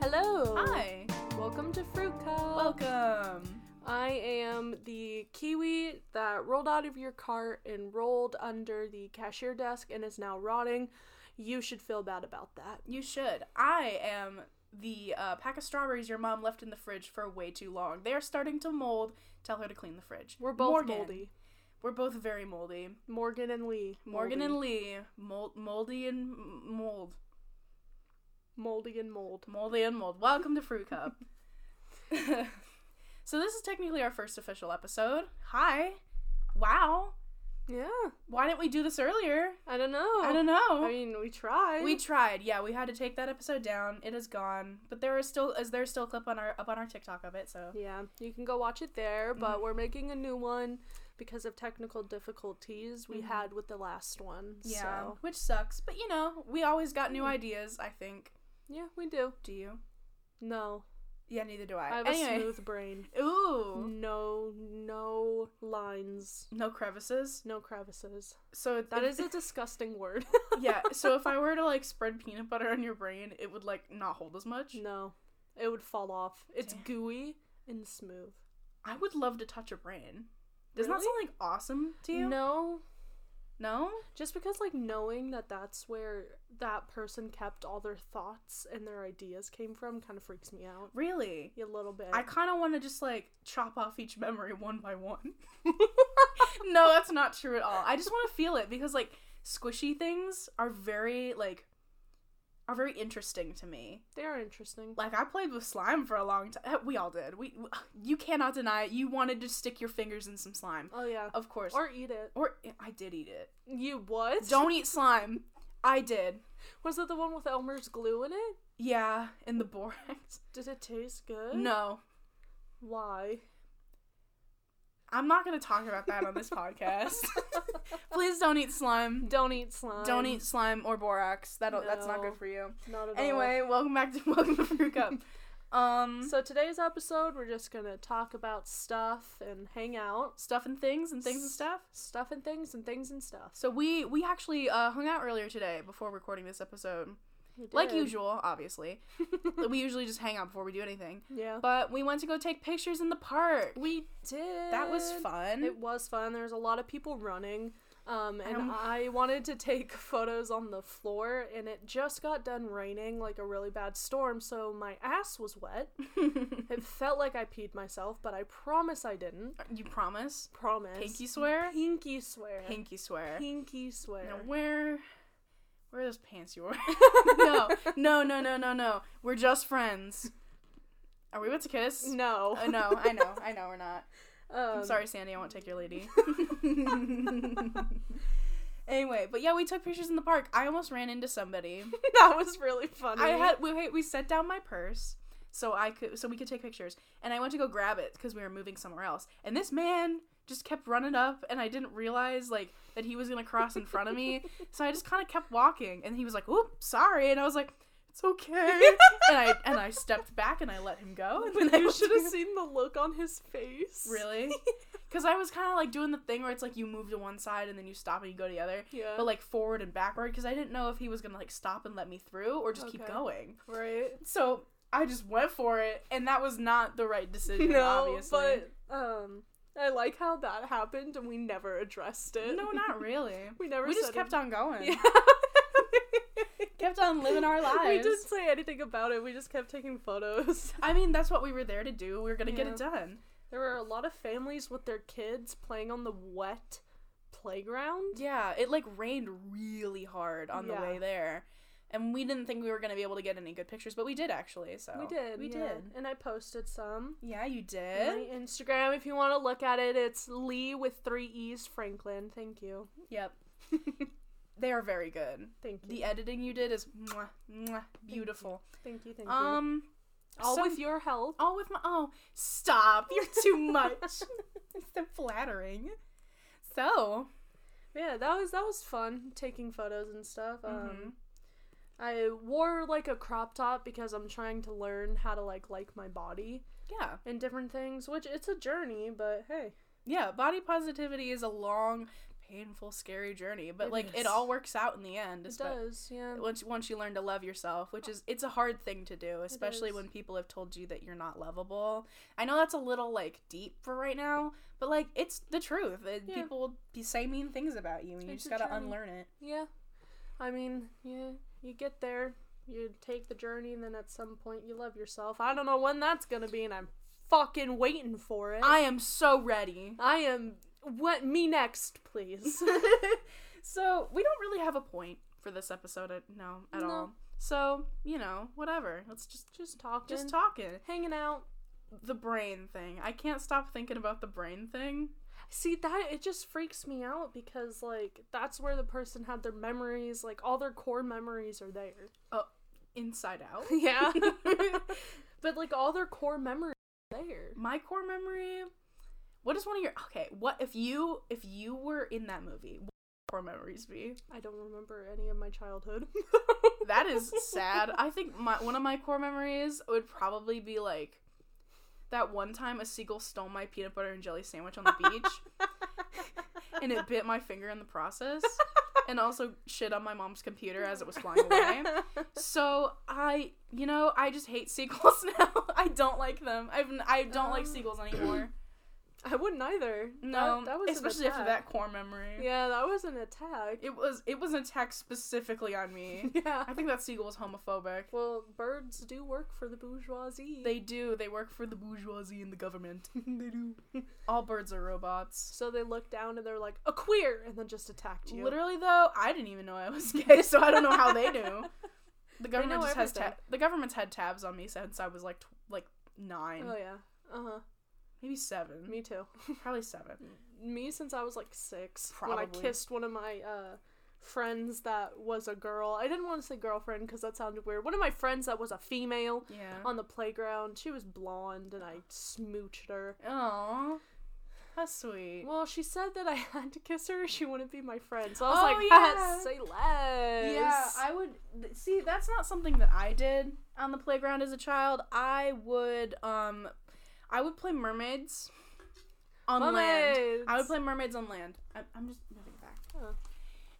Hello. Hi. Welcome to Fruit Cup. Welcome. I am the kiwi that rolled out of your cart and rolled under the cashier desk and is now rotting. You should feel bad about that. You should. I am the uh, pack of strawberries your mom left in the fridge for way too long. They are starting to mold. Tell her to clean the fridge. We're both Morgan. moldy. We're both very moldy. Morgan and Lee. Morgan moldy. and Lee, mold, moldy and m- mold, moldy and mold. moldy and mold. Welcome to Fruit Cup. so this is technically our first official episode. Hi. Wow. Yeah. Why didn't we do this earlier? I don't know. I don't know. Oh, I mean, we tried. We tried. Yeah, we had to take that episode down. It is gone, but there is still is there still a clip on our up on our TikTok of it. So Yeah, you can go watch it there, Mm-hmm. but we're making a new one because of technical difficulties we had with the last one. Mm-hmm. yeah, So, which sucks. But you know, we always got Mm-hmm. new ideas. I think. yeah, we do. Do you? No. Yeah, neither do I. I have anyway, a smooth brain. ooh, No, no lines, no crevices. no crevices. So That if- is a disgusting word. yeah. So if I were to like spread peanut butter on your brain, it would like not hold as much. No, it would fall off. It's gooey and smooth. I would love to touch a brain. Doesn't that Really? sound like awesome to you? No, No? just because like knowing that that's where that person kept all their thoughts and their ideas came from kind of freaks me out Really? a little bit. I kind of want to just like chop off each memory one by one. no, that's not true at all. I just want to feel it because like squishy things are very like are very interesting to me. they are interesting. Like I played with slime for a long time. We all did. We you cannot deny it. You wanted to stick your fingers in some slime. Oh yeah. Of course. Or eat it. or I did eat it. You what? Don't eat slime. I did. Was it the one with Elmer's glue in it? Yeah, in the borax. Did it taste good? No. Why? I'm not going to talk about that on this podcast. Please don't eat slime. Don't eat slime. Don't eat slime or borax. That'll that's not No. good for you. Not at Anyway, welcome back to Welcome to Fruit Cup. Um all. So today's episode, we're just gonna talk about stuff and hang out, stuff and things and things and stuff. stuff and things and things and stuff. So we we actually uh, hung out earlier today before recording this episode. We Like did. usual, obviously. we usually just hang out before we do anything. yeah. But we went to go take pictures in the park. we did. that was fun. It was fun. There was a lot of people running. Um, and Um. I wanted to take photos on the floor, and it just got done raining like a really bad storm, so my ass was wet. It felt like I peed myself, but I promise I didn't. you promise? Promise. Pinky swear? Pinky swear. Pinky swear. Pinky swear. Now where where are those pants you wore? no, no, no, no, no, no. We're just friends. Are we about to kiss? No. Uh, no, I know, I know, we're not. Um, I'm sorry, Sandy. I won't take your lady. anyway, but yeah, we took pictures in the park. I almost ran into somebody. that was really funny. I had we we- we set down my purse so I could so we could take pictures, and I went to go grab it because we were moving somewhere else, and this man just kept running up, and I didn't realize like that he was gonna cross in front of me, so I just kind of kept walking, and he was like, "Oop, sorry," and I was like. It's okay, and I and I stepped back and I let him go. And then I you was should have seen the look on his face. really, because I was kind of like doing the thing where it's like you move to one side and then you stop and you go to the other, Yeah. but like forward and backward. Because I didn't know if he was gonna like stop and let me through or just keep Okay. going. right. So I just went for it, and that was not the right decision, No, obviously. but um, I like how that happened, and we never addressed it. no, not really. we never. we just said kept it. on going. Yeah. Kept on living our We lives. didn't say anything about it. We just kept taking photos. I mean, that's what we were there to do. We were gonna get Yeah. it done. There were a lot of families with their kids playing on the wet playground. Yeah, it like rained really hard on Yeah. the way there, and we didn't think we were gonna be able to get any good pictures, but we did actually. So We did. We yeah. did. And I posted some. Yeah, you on did. My Instagram, if you want to look at it, it's Lee with three E's Franklin. Thank you. Yep. they are very good. Thank you. The editing you did is mwah, mwah, beautiful. thank you. Thank you. Um, All some- with your help. Oh, with my oh, stop! You're too much. it's so flattering. So, Yeah, that was that was fun taking photos and stuff. Um, mhm. I wore like a crop top because I'm trying to learn how to like like my body yeah, and different things, which it's a journey, but hey. yeah. Body positivity is a long, painful, scary journey, but It like is. it all works out in the end. It espe- does, yeah. Once once you learn to love yourself, which is it's a hard thing to do, especially is. when people have told you that you're not lovable. I know that's a little like deep for right now, but like it's the truth. It- Yeah. People will be say mean things about you, and you It's just a gotta journey. unlearn it. Yeah. I mean, yeah, you get there, you take the journey, and then at some point you love yourself. I don't know when that's gonna be, and I'm fucking waiting for it. I am so ready. I am. What me next, please? so we don't really have a point for this episode, uh, no, at No. all. So you know, whatever. Let's just just talking, just talking. hanging out. The brain thing. I can't stop thinking about the brain thing. See that it just freaks me out because like that's where the person had their memories, like all their core memories are there. Inside out. Yeah. but like all their core memories are there. My core memory. What is one of your okay? What if you if you were in that movie? What would your core memories be? I don't remember any of my childhood. That is sad. I think my one of my core memories would probably be like that one time a seagull stole my peanut butter and jelly sandwich on the beach. and it bit my finger in the process and also shit on my mom's computer as it was flying away so i you know i just hate seagulls now i don't like them I've, n- i don't like Um, seagulls anymore I wouldn't either. no that, that was an especially after attack. that core memory Yeah, that was an attack. it was it was an attack specifically on me yeah. i think that seagull was homophobic Well, birds do work for the bourgeoisie. they do they work for the bourgeoisie and the government they do. all birds are robots So they look down and they're like a queer, and then just attacked you. literally though i didn't even know i was gay so i don't know how they knew The government know just has ta- everything. the government's had tabs on me since I was like tw- like nine, Oh yeah. Uh huh. maybe seven, Me too. probably seven. Me since I was like six. When I Probably. kissed one of my uh, friends that was a girl. I didn't want to say girlfriend because that sounded weird. One of my friends that was a female Yeah. on the playground. She was blonde, and I smooched her. Oh, that's sweet. Well, she said that I had to kiss her. She wouldn't be my friend. So I was Oh, like, yeah. say less. Yeah, I would th- see. That's not something that I did on the playground as a child. I would um, I would play mermaids on land. I would play mermaids on land. I- I'm just moving back. Oh.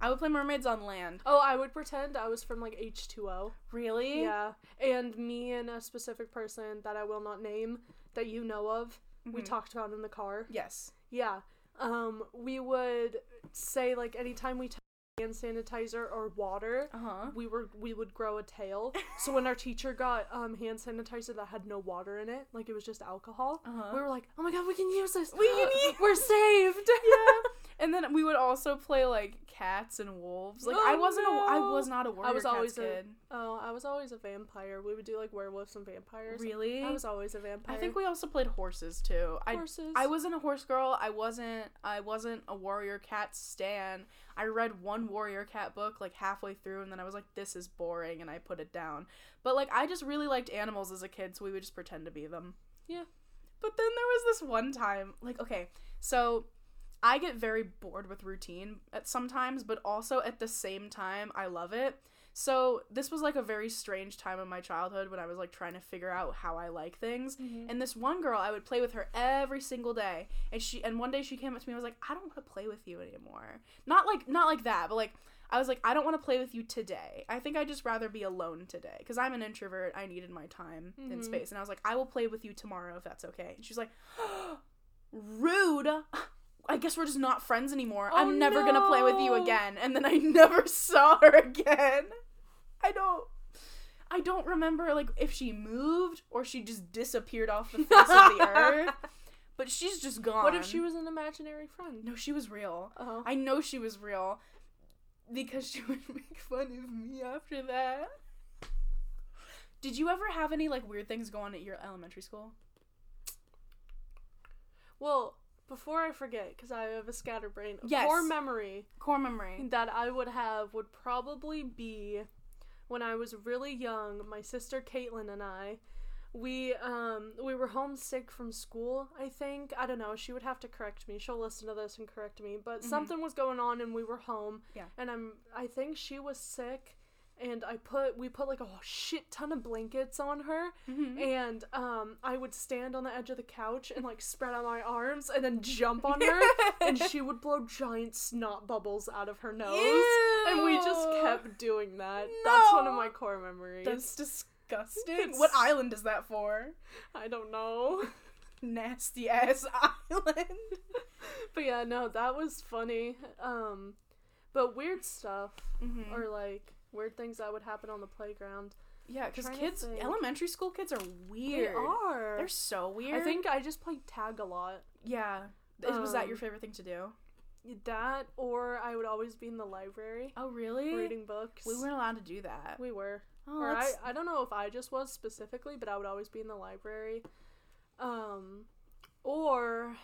I would play mermaids on land. Oh, I would pretend I was from like H2O. Really? Yeah. And me and a specific person that I will not name that you know of, we Mhm. talked about in the car. Yes. Yeah. Um, we would say like anytime we took hand sanitizer or water, Uh huh. we were we would grow a tail. so when our teacher got um hand sanitizer that had no water in it, like it was just alcohol, Uh huh. we were like, "Oh my god, we can use this. We can use- We're saved." yeah. And then we would also play like cats and wolves. Like I Oh, wasn't a I no. was not a warrior was cats always a- kid. Oh, I was always a vampire. We would do like werewolves and vampires. Really? I was always a vampire. I think we also played horses too. I horses. I wasn't a horse girl. I wasn't I wasn't a warrior cat stan. I read one warrior cat book like halfway through and then I was like this is boring and I put it down. But like I just really liked animals as a kid so we would just pretend to be them. Yeah. But then there was this one time like okay, so I get very bored with routine at sometimes, but also at the same time I love it. So this was like a very strange time in my childhood when I was like trying to figure out how I like things. Mhm. And this one girl, I would play with her every single day. And she and one day she came up to me and was like, "I don't want to play with you anymore." Not like not like that, but like I was like, "I don't want to play with you today. I think I would just rather be alone today because I'm an introvert. I needed my time Mhm. and space." And I was like, "I will play with you tomorrow if that's okay." And she's like, "Rude." I guess we're just not friends anymore. Oh, I'm never gonna play with you no. again. And then I never saw her again. I don't I don't remember like if she moved or she just disappeared off the face of the earth. But she's just gone. What if she was an imaginary friend? No, she was real. Oh. I know she was real. Because she would make fun of me after that. Did you ever have any like weird things go on at your elementary school? Well, before I forget, because I have a scatterbrain, a Yes. core memory Core memory. that I would have would probably be when I was really young. My sister Caitlin and I, we um we were homesick from school. I think I don't know. She would have to correct me. She'll listen to this and correct me. But something was going on, and we were home. Yeah. And I'm I think she was sick. and I put we put like a shit ton of blankets on her Mhm. and um I would stand on the edge of the couch and like spread out my arms and then jump on her and she would blow giant snot bubbles out of her nose. And we just Ew. kept doing that. That's one of No. my core memories. That's disgusting. It's- What island is that for? I don't know. Nasty ass island. but yeah, no, that was funny. Um but weird stuff Mhm. or like weird things that would happen on the playground. yeah, because trying to kids, think. elementary school kids are weird. They are. They're so weird. I think I just played tag a lot. Yeah. Is- was that your Um, favorite thing to do? That or I would always be in the library Oh, really? reading books. We weren't allowed to do that. We were. Oh, or I, that's- I don't know if I just was specifically, but I would always be in the library. Um or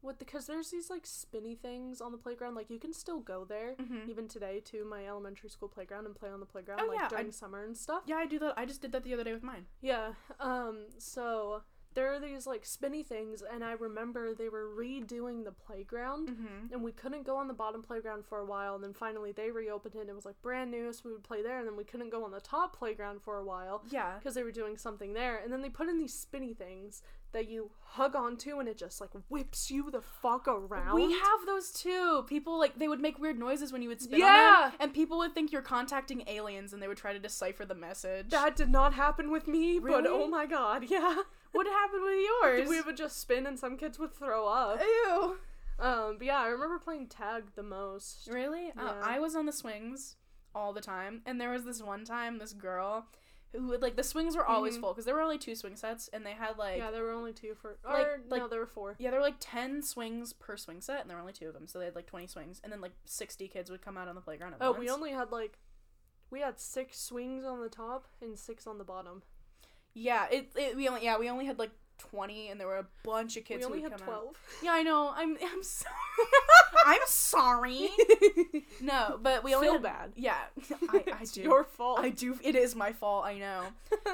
what because there's these like spinny things on the playground like you can still go there Mhm. even today to my elementary school playground and play on the playground Oh, like yeah, I- during summer and stuff. Yeah, I do that. I just did that the other day with mine. Yeah. Um so there are these like spinny things and I remember they were redoing the playground Mm-hmm. and we couldn't go on the bottom playground for a while and then finally they reopened it and it was like brand new so we would play there and then we couldn't go on the top playground for a while Yeah. because they were doing something there and then they put in these spinny things that you hug onto and it just like whips you the fuck around We have those too. People like they would make weird noises when you would spin on Yeah. them, and people would think you're contacting aliens, and they would try to decipher the message. that did not happen with me but Really? oh my god yeah what happened with yours? we would just spin and some kids would throw up Ew. um but yeah i remember playing tag the most Really? Uh, Yeah. I was on the swings all the time, and there was this one time this girl who would like the swings were always Mhm. full because there were only two swing sets, and they had like yeah there were only two for or Like- no like- there were four Yeah, there were like 10 swings per swing set, and there were only two of them, so they had like 20 swings, and then like 60 kids would come out on the playground at Oh, once. we only had like we had six swings on the top and six on the bottom. Yeah, it, it we only yeah, we only had like 20 and there were a bunch of kids we only who would had come out. twelve. Yeah, I know. I'm I'm sorry. I'm sorry. No, but we only Feel had- bad. Yeah. I, I It's do. your fault. I do. It is my fault. I know.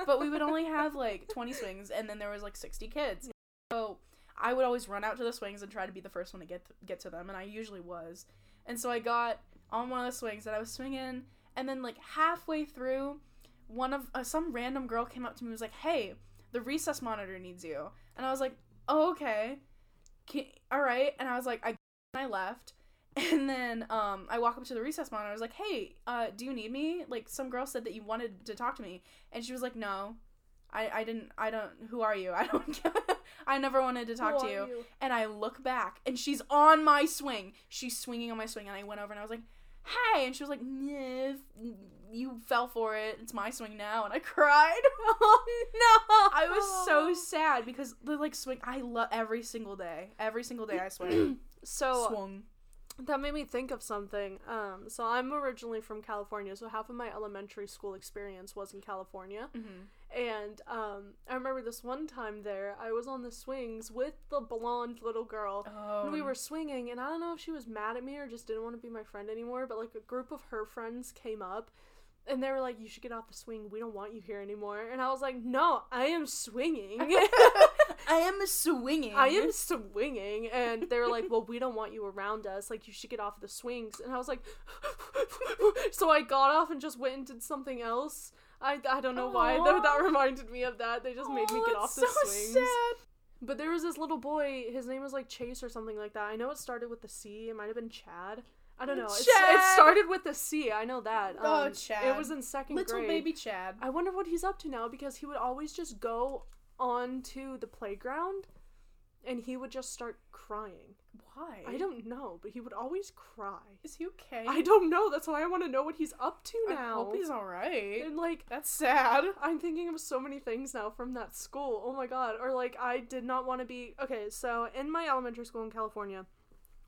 But we would only have like 20 swings, and then there was like 60 kids. So I would always run out to the swings and try to be the first one to get get to them, and I usually was. And so I got on one of the swings and I was swinging, and then like halfway through, one of uh, some random girl came up to me and was like, "Hey, the recess monitor needs you," and I was like, "Oh, okay, Can- all right," and I was like, "I." I left. And then um, I walk up to the recess monitor. I was like, "Hey, uh, do you need me?" Like some girl said that you wanted to talk to me, and she was like, "No, I, I didn't. I don't. Who are you? I don't. I never wanted to talk Who to you. are you? And I look back, and she's on my swing. She's swinging on my swing, and I went over and I was like, "Hey!" And she was like, "Nah, you fell for it. It's my swing now." And I cried. Oh no! I was so sad because the like swing. I love every single day. Every single day I swing. so Swung. uh, that made me think of something. Um, so I'm originally from California, so half of my elementary school experience was in California, Mm-hmm. and um, I remember this one time there, I was on the swings with the blonde little girl, Oh, And we were swinging, and I don't know if she was mad at me or just didn't want to be my friend anymore, but like a group of her friends came up and they were like, You should get off the swing. We don't want you here anymore. And I was like, No, I am swinging. I am swinging. I am swinging. And they were like, Well, we don't want you around us. Like, you should get off the swings. And I was like, So I got off and just went and did something else. I, I don't know why, though, Aw. that reminded me of that. They just made me Oh, get that's off the so swings. sad. But there was this little boy. His name was like Chase or something like that. I know it started with the C. It might have been Chad. I don't know. It's, it Oh, Chad! started with the C. I know that. Oh, Um, It Chad. was in second Little grade. baby Chad. I wonder what he's up to now because he would always just go onto the playground, and he would just start crying. Why? I don't know, but he would always cry. Is he okay? I don't know. That's why I want to know what he's up to I now. hope he's all right. and like That's sad. I'm thinking of so many things now from that school. Oh my god. Or like I did not want to be Okay, so in my elementary school in California,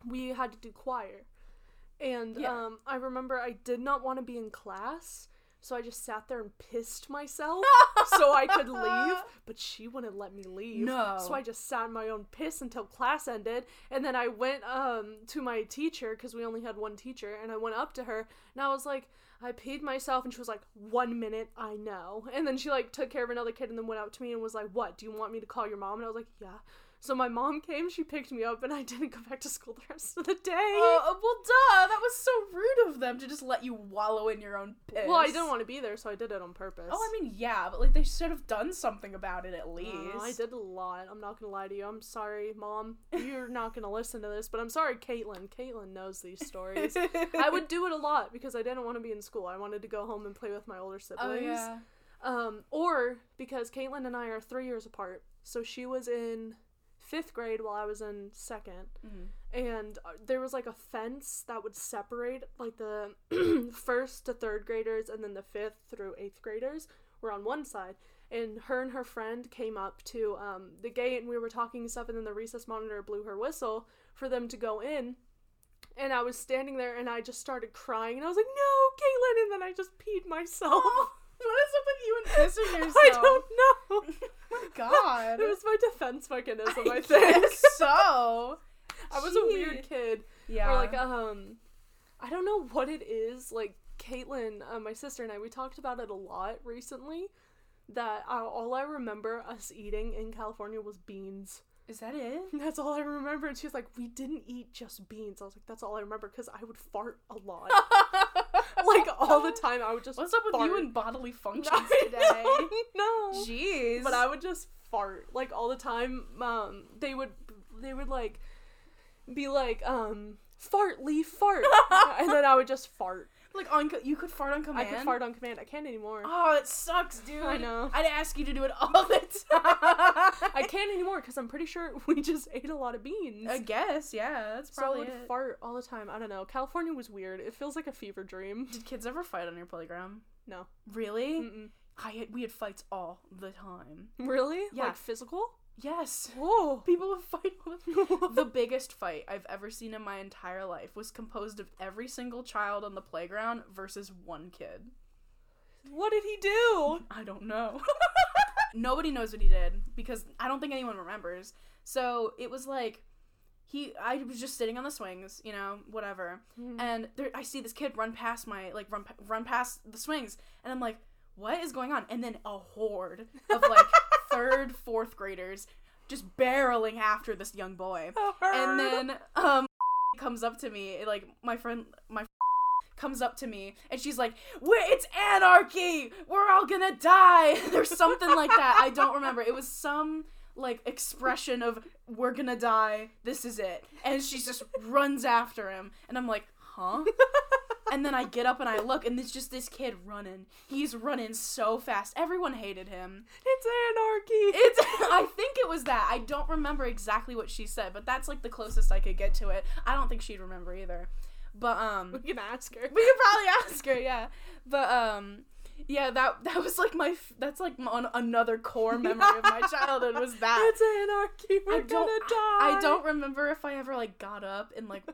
we had to do choir. And Yeah. um I remember I did not want to be in class, so I just sat there and pissed myself so I could leave, but she wouldn't let me leave. No. So I just sat in my own piss until class ended, and then I went um to my teacher because we only had one teacher, and I went up to her and I was like, I peed myself, and she was like, one minute, I know. And then she like took care of another kid and then went up to me and was like, what? Do you want me to call your mom? And I was like, yeah. So my mom came, she picked me up, and I didn't go back to school the rest of the day. Oh, uh, well, duh. That was so rude of them to just let you wallow in your own piss. well, I didn't want to be there, so I did it on purpose. Oh, I mean, yeah, but like they should have done something about it at least. Oh, I did a lot. I'm not gonna lie to you. I'm sorry, mom. You're not gonna listen to this, but I'm sorry, Caitlin. Caitlin knows these stories. I would do it a lot because I didn't want to be in school. I wanted to go home and play with my older siblings. Oh yeah. Um, or because Caitlin and I are three years apart, so she was in fifth grade while I was in second, Mhm. and uh, there was like a fence that would separate like the first to third graders, and then the fifth through eighth graders were on one side. And her and her friend came up to um, the gate, and we were talking and stuff, and then the recess monitor blew her whistle for them to go in. And I was standing there, and I just started crying, and I was like, "No, Caitlin!" And then I just peed myself. Oh, what is up with you and pissing yourself? I don't know. Oh My God. It was my defense mechanism, I, think. guess so. I was a weird Gee. kid. Yeah. Or like um I don't know what it is. Like Caitlin, uh, my sister and I, we talked about it a lot recently. That I, all I remember us eating in California was beans. is that it? That's all I remember. And she was like, "We didn't eat just beans." I was like, "That's all I remember," because I would fart a lot, like all the time. I would just What's up with you fart. and bodily functions today? I don't know. Jeez. but I would just fart like all the time. Um, they would they would like be like um fart leaf fart, and then I would just fart. like on co- you could fart on I command. could fart on command. I can't anymore. Oh, it sucks, dude. I know. I'd ask you to do it all the time. I can't anymore because I'm pretty sure we just ate a lot of beans. I guess, yeah. That's so I probably would it. fart all the time. I don't know. California was weird. It feels like a fever dream. Did kids ever fight on your playground? No. Really? Mm-mm. I had, we had fights all the time. Really? Yeah. Like physical? Yes. Whoa. People would fight all the the the biggest fight I've ever seen in my entire life was composed of every single child on the playground versus one kid. what did he do? I don't know. Nobody knows what he did because I don't think anyone remembers. So it was like he I was just sitting on the swings, you know, whatever. Mhm. And there, I see this kid run past my like run pa- run past the swings and I'm like, "What is going on?" And then a horde of like third, fourth graders just barreling after this young boy Oh, and then um comes up to me like my friend my comes up to me and she's like We're, it's anarchy we're all gonna die there's something like that i don't remember it was some like expression of we're gonna die this is it and she just runs after him and i'm like huh and then i get up and i look and it's just this kid running he's running so fast everyone hated him it's anarchy. it's. I think it was that. I don't remember exactly what she said, but that's like the closest I could get to it. I don't think she'd remember either. But um, we can ask her. we could probably ask her. Yeah. But um, yeah. That that was like my. f- That's like my, on another core memory of my childhood was that. It's anarchy. We're I don't- gonna die. I don't remember if I ever like got up and like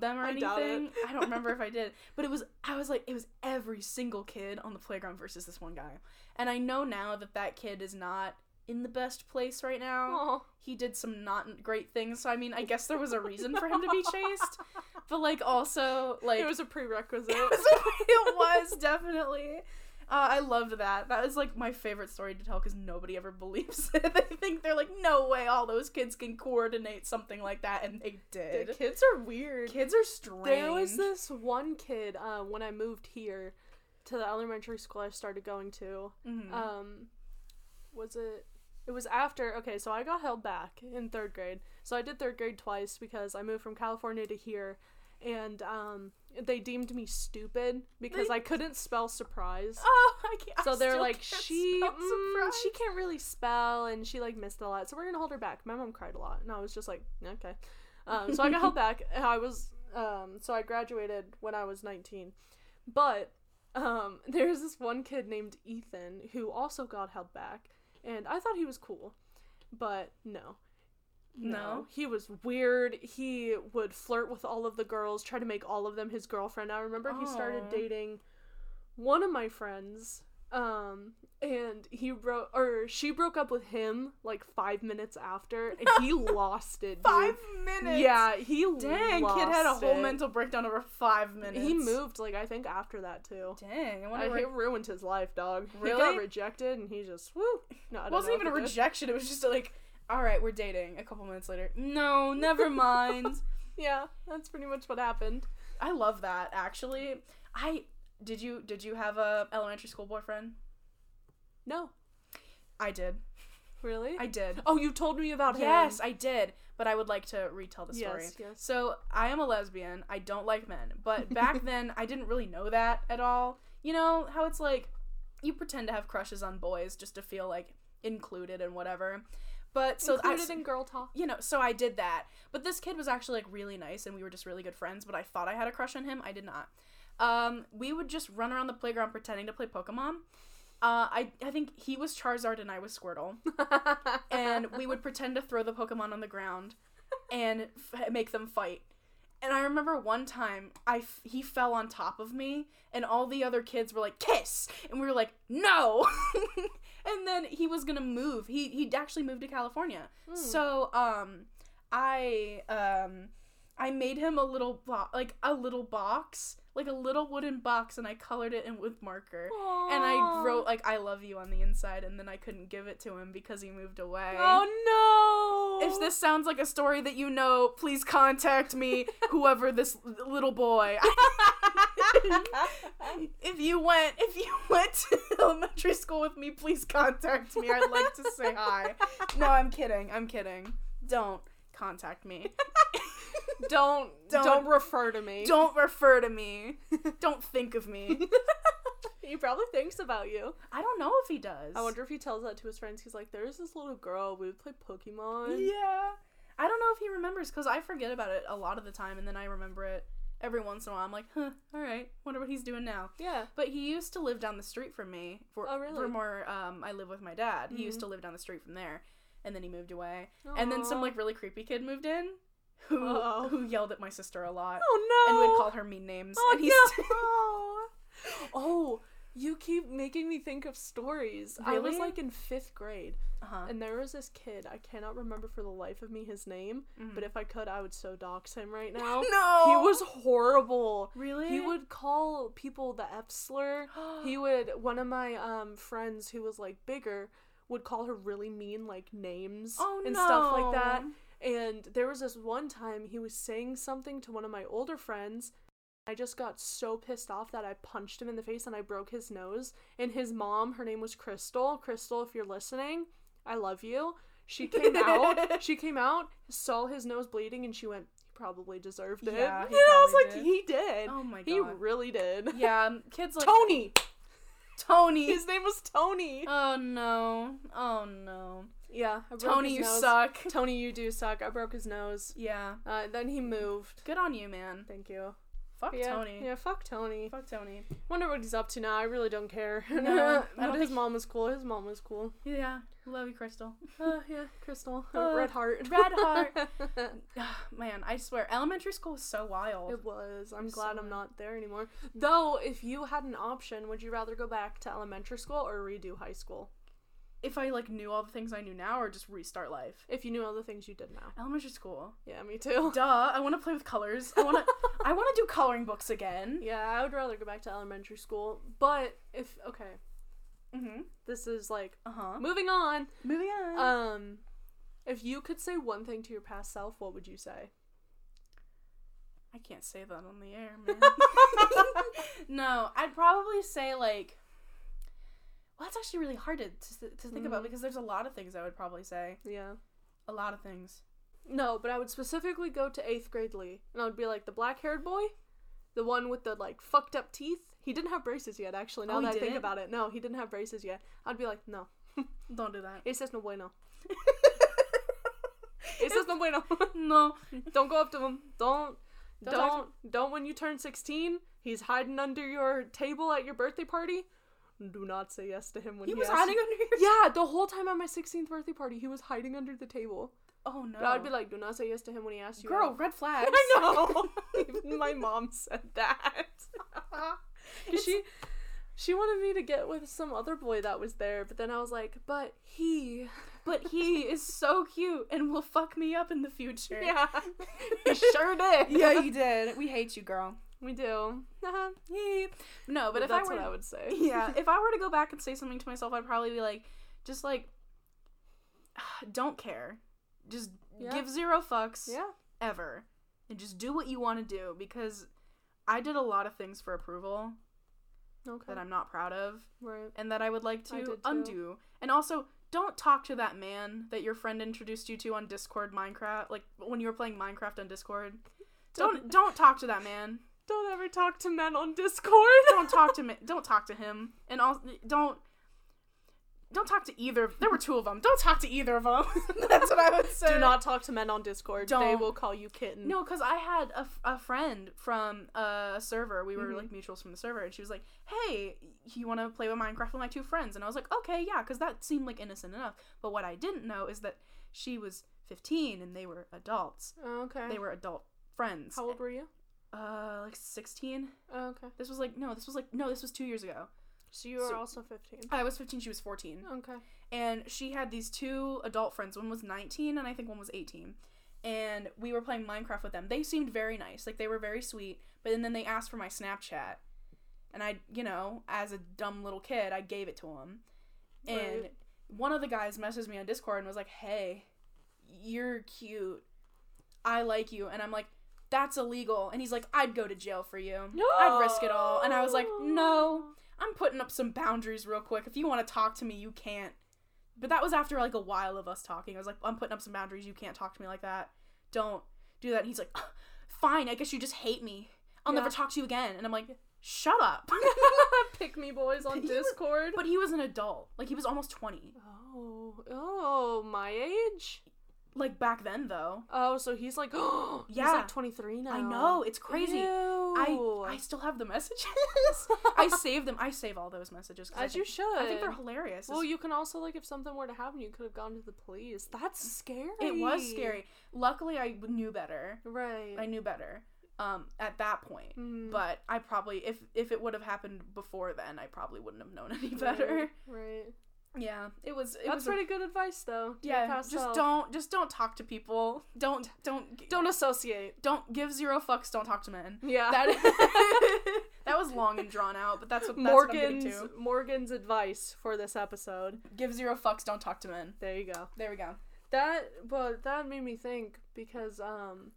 them or I anything. doubt it. I don't remember if I did. But it was I was like it was every single kid on the playground versus this one guy. And I know now that that kid is not in the best place right now. Aw. he did some not great things. So I mean, I guess there was a reason for him to be chased, but like also like it was a prerequisite. it was- it was definitely. Uh, I loved that. That was like my favorite story to tell because nobody ever believes it. they think they're like, no way, all those kids can coordinate something like that, and they The did. kids are weird. kids are strange. There was this one kid uh, when I moved here to the elementary school I started going to. Mhm. Um, was it? It was after. Okay, so I got held back in third grade. So I did third grade twice because I moved from California to here, and um, they deemed me stupid because They- I couldn't spell surprise. oh, I can't. I so they're still like can't she spell mm, surprise." she can't really spell and she like missed a lot so we're gonna hold her back my mom cried a lot and i was just like okay um, so i got held back and i was um, so i graduated when i was 19 but um, there's this one kid named ethan who also got held back and i thought he was cool but no No? he was weird. He would flirt with all of the girls, try to make all of them his girlfriend. I remember he started Aw. dating one of my friends, um, and he broke or she broke up with him like five minutes after, and he lost it. dude. five minutes. Yeah, he Dang, lost kid had a whole it. mental breakdown over five minutes. He moved like I think after that too. Dang, I, I wonder where it ruined his life, dog. He Really? got rejected, and he just woo. No, I don't It wasn't know even a if he did. rejection. It was just like all right, we're dating. A couple minutes later, no, never mind. Yeah, that's pretty much what happened. I love that actually. I did you did you have a elementary school boyfriend? No, I did. really? I did. oh, you told me about him. Yes, I did. But I would like to retell the story. Yes, yes. So I am a lesbian. I don't like men. But back then, I didn't really know that at all. You know how it's like you pretend to have crushes on boys just to feel like included and whatever. But so I, included in girl talk. you know, so I did that. But this kid was actually like really nice and we were just really good friends, but I thought I had a crush on him. I did not. Um, we would just run around the playground pretending to play Pokemon. Uh, I, I think he was Charizard and I was Squirtle. And we would pretend to throw the Pokemon on the ground and f- make them fight. And I remember one time I f- he fell on top of me and all the other kids were like kiss and we were like no. and then he was going to move. He he actually moved to California. Hmm. So um I um I made him a little bo- like a little box, like a little wooden box and I colored it in with marker. And I Aw. wrote like I love you on the inside and then I couldn't give it to him because he moved away. Oh no! If this sounds like a story that you know, please contact me, whoever this little boy. if you went, if you went to elementary school with me, please contact me. I'd like to say hi. No, I'm kidding. I'm kidding. Don't contact me. don't, Don't- don't refer to me. Don't refer to me. Don't think of me. He probably thinks about you. I don't know if he does. I wonder if he tells that to his friends. He's like, "There's this little girl. We would play Pokemon." Yeah. I don't know if he remembers because I forget about it a lot of the time and then I remember it every once in a while. I'm like, huh, all right. Wonder what he's doing now. Yeah. But he used to live down the street from me. For, Oh, really? From where um, I live with my dad. He used Mhm. to live down the street from there. And then he moved away. And then some, Aw. like, really creepy kid moved in who, Uh-oh. who yelled at my sister a lot Oh no! and would call her mean names. Oh and he's no! oh, you keep making me think of stories. I was Really? like in fifth grade, uh-huh. and there was this kid. I cannot remember for the life of me his name, Mhm. but if I could, I would so dox him right now. No! He was horrible. Really? He would call people the F slur. He would. One of my um friends who was like bigger would call her really mean like names Oh, and stuff like no. that. And there was this one time he was saying something to one of my older friends. I just got so pissed off that I punched him in the face and I broke his nose. And his mom, her name was Crystal. Crystal, if you're listening, I love you. She came out. She came out, saw his nose bleeding, and she went, "He probably deserved it." Yeah, and he I was probably like, did. "He did. Oh my god. he really did." yeah, um, kids like Tony. Tony. His name was Tony. Oh no. Oh no. Uh, Yeah, I broke Tony, his you nose. suck. Tony, you do suck. I broke his nose. Yeah. Uh, then he moved. Good on you, man. Thank you. Fuck yeah, Tony. Yeah, fuck Tony. Fuck Tony. Wonder what he's up to now. I really don't care. No, I but don't his think- mom was cool. His mom was cool. Yeah. Love you, Crystal. Uh, yeah, Crystal. Uh, Uh, Red Heart. Red Heart. it man, I swear, elementary school is so wild. was. I'm It's glad so I'm good. not there anymore. Though, if you had an option, would you rather go back to elementary school or redo high school? If I like knew all the things I knew now, or just restart life. If you knew all the things you did now. Elementary school. Yeah, me too. Duh. I want to play with colors. I want to. I want to do coloring books again. Yeah, I would rather go back to elementary school. But if okay, Mm-hmm. this is like Uh huh. Uh-huh. moving on. Moving on. Um, if you could say one thing to your past self, what would you say? I can't say that on the air, man. no, I'd probably say like. Well, that's actually really hard to to, to think about Mhm. because there's a lot of things I would probably say. Yeah. A lot of things. No, but I would specifically go to eighth grade Lee, and I would be like the black-haired boy, the one with the like fucked up teeth. He didn't have braces yet, actually. Now Oh, he that I think didn't? about it, no, he didn't have braces yet. I'd be like, no, Don't do that. it's just no bueno. It's just no bueno. no. don't go up to him. Don't, Don't don't, talk don't, When you turn sixteen, he's hiding under your table at your birthday party. Do not say yes to him when He he, was asks hiding you- under your. Yeah, the whole time at my 16th birthday party, he was hiding under the table. Oh no. But I would be like, do not say yes to him when he asks you. girl, out." red flags. I know. Even my mom said that. 'Cause she she wanted me to get with some other boy that was there, but then I was like, but he, but he is so cute and will fuck me up in the future. yeah, he sure did. you did. We hate you, girl. we do. Uh-huh. Yeep. No, but if that's I were what I would say. yeah, if I were to go back and say something to myself, I'd probably be like, just like, don't care. Just Yeah. give zero fucks Yeah. ever. And just do what you want to do because I did a lot of things for approval Okay. that I'm not proud of Right. and that I would like I to did too. undo. And also, don't talk to that man that your friend introduced you to on Discord Minecraft, like when you were playing Minecraft on Discord. Don't don't talk to that man. Don't ever talk to men on Discord. Don't talk to me. Don't talk to him. And also, don't don't talk to either. of- There were two of them. Don't talk to either of them. That's what I would say. Do not talk to men on Discord. They Don't. will call you kitten. No, because I had a, f- a friend from a server. We were Mhm. like mutuals from the server, and she was like, "Hey, you want to play with Minecraft with my two friends?" And I was like, "Okay, yeah," because that seemed like innocent enough. But what I didn't know is that she was 15 and they were adults. Oh, okay. They were adult friends. How old were you? Uh, like 16. Oh, okay. This was like no, this was like no, this was two years ago. So you were So- also 15. I was 15. She was 14. Okay. and she had these two adult friends. One was 19 and I think one was 18. And we were playing Minecraft with them. They seemed very nice. Like they were very sweet, but and then they asked for my Snapchat. And I, you know, as a dumb little kid, I gave it to them. And Right. one of the guys messaged me on Discord and was like, "Hey, you're cute. I like you." And I'm like, "That's illegal." And he's like, "I'd go to jail for you. I'd risk it all." And I was like, "No." I'm putting up some boundaries real quick. If you want to talk to me, you can't. But that was after like a while of us talking. I was like, I'm putting up some boundaries. You can't talk to me like that. Don't do that. And he's like, fine. I guess you just hate me. I'll never Yeah. talk to you again. And I'm like, shut up. Pick me boys on You- Discord. but he was an adult. Like he was almost 20. Oh, oh, my age? Like back then though. Oh, so he's like, oh, he's Yeah. like 23 now. I know it's crazy. I Oh, Ew. I still have the messages. I save them. I save all those messages. 'cause I As you think- should. I think they're hilarious. well, you can also like if something were to happen, you could have gone to the police. That's scary. it was scary. Luckily, I knew better. Right. I knew better um, at that point. Mm. But I probably, if if it would have happened before then, I probably wouldn't have known any better. Right. right. Yeah, it was. It That's was a- pretty good advice though. to yeah, your past just self. don't just don't talk to people. Don't don't g- don't associate. don't give zero fucks. Don't talk to men. Yeah. That that was long and drawn out, but that's what that's what I'm getting Morgan's to. Morgan's advice for this episode. Give zero fucks. Don't talk to men. There you go. There we go. That well, that made me think because um,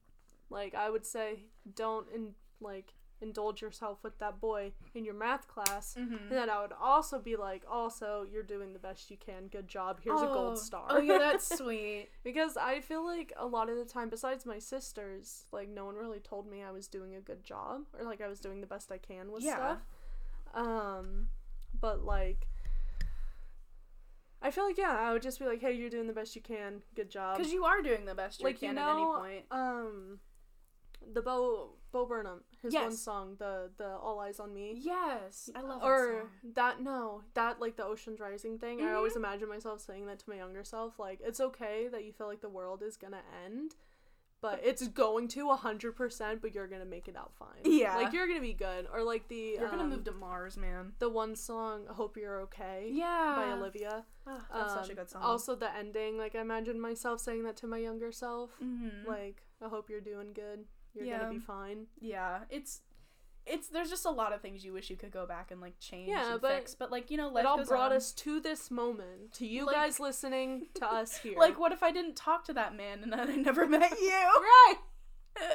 like I would say, don't in, like indulge yourself with that boy in your math class. Mm-hmm. And then I would also be like, also you're doing the best you can. Good job. Here's a gold star. Oh yeah, that's sweet. because I feel like a lot of the time, besides my sisters, like no one really told me I was doing a good job or like I was doing the best I can with Yeah. stuff. Um, but like, I feel like yeah, I would just be like, hey, you're doing the best you can. Good job. Because you are doing the best Um, you Like, you can know, at any point. Um, the Bo Bo Burnham, his one Yes. song, the the All Eyes on Me. Yes, I love. that Or song. that no, that like the Ocean's Rising thing. I always Mhm. imagine myself saying that to my younger self. Like it's okay that you feel like the world is gonna end, but it's going to a hundred percent. But you're gonna make it out fine. Yeah. like you're gonna be good. Or like the You're gonna um, move to Mars, man. the one song "Hope You're Okay" Yeah. by Olivia. Ah, that's such a Um, good song. Also the ending. Like I imagine myself saying that to my younger self. Mhm. Like I hope you're doing good. You're Yeah. gonna be fine. yeah, it's it's there's just a lot of things you wish you could go back and like change Yeah, and but fix, but like you know, life it all goes brought on. us to this moment. To you Like- guys listening, to us here. Like, what if I didn't talk to that man and then I never met you? right.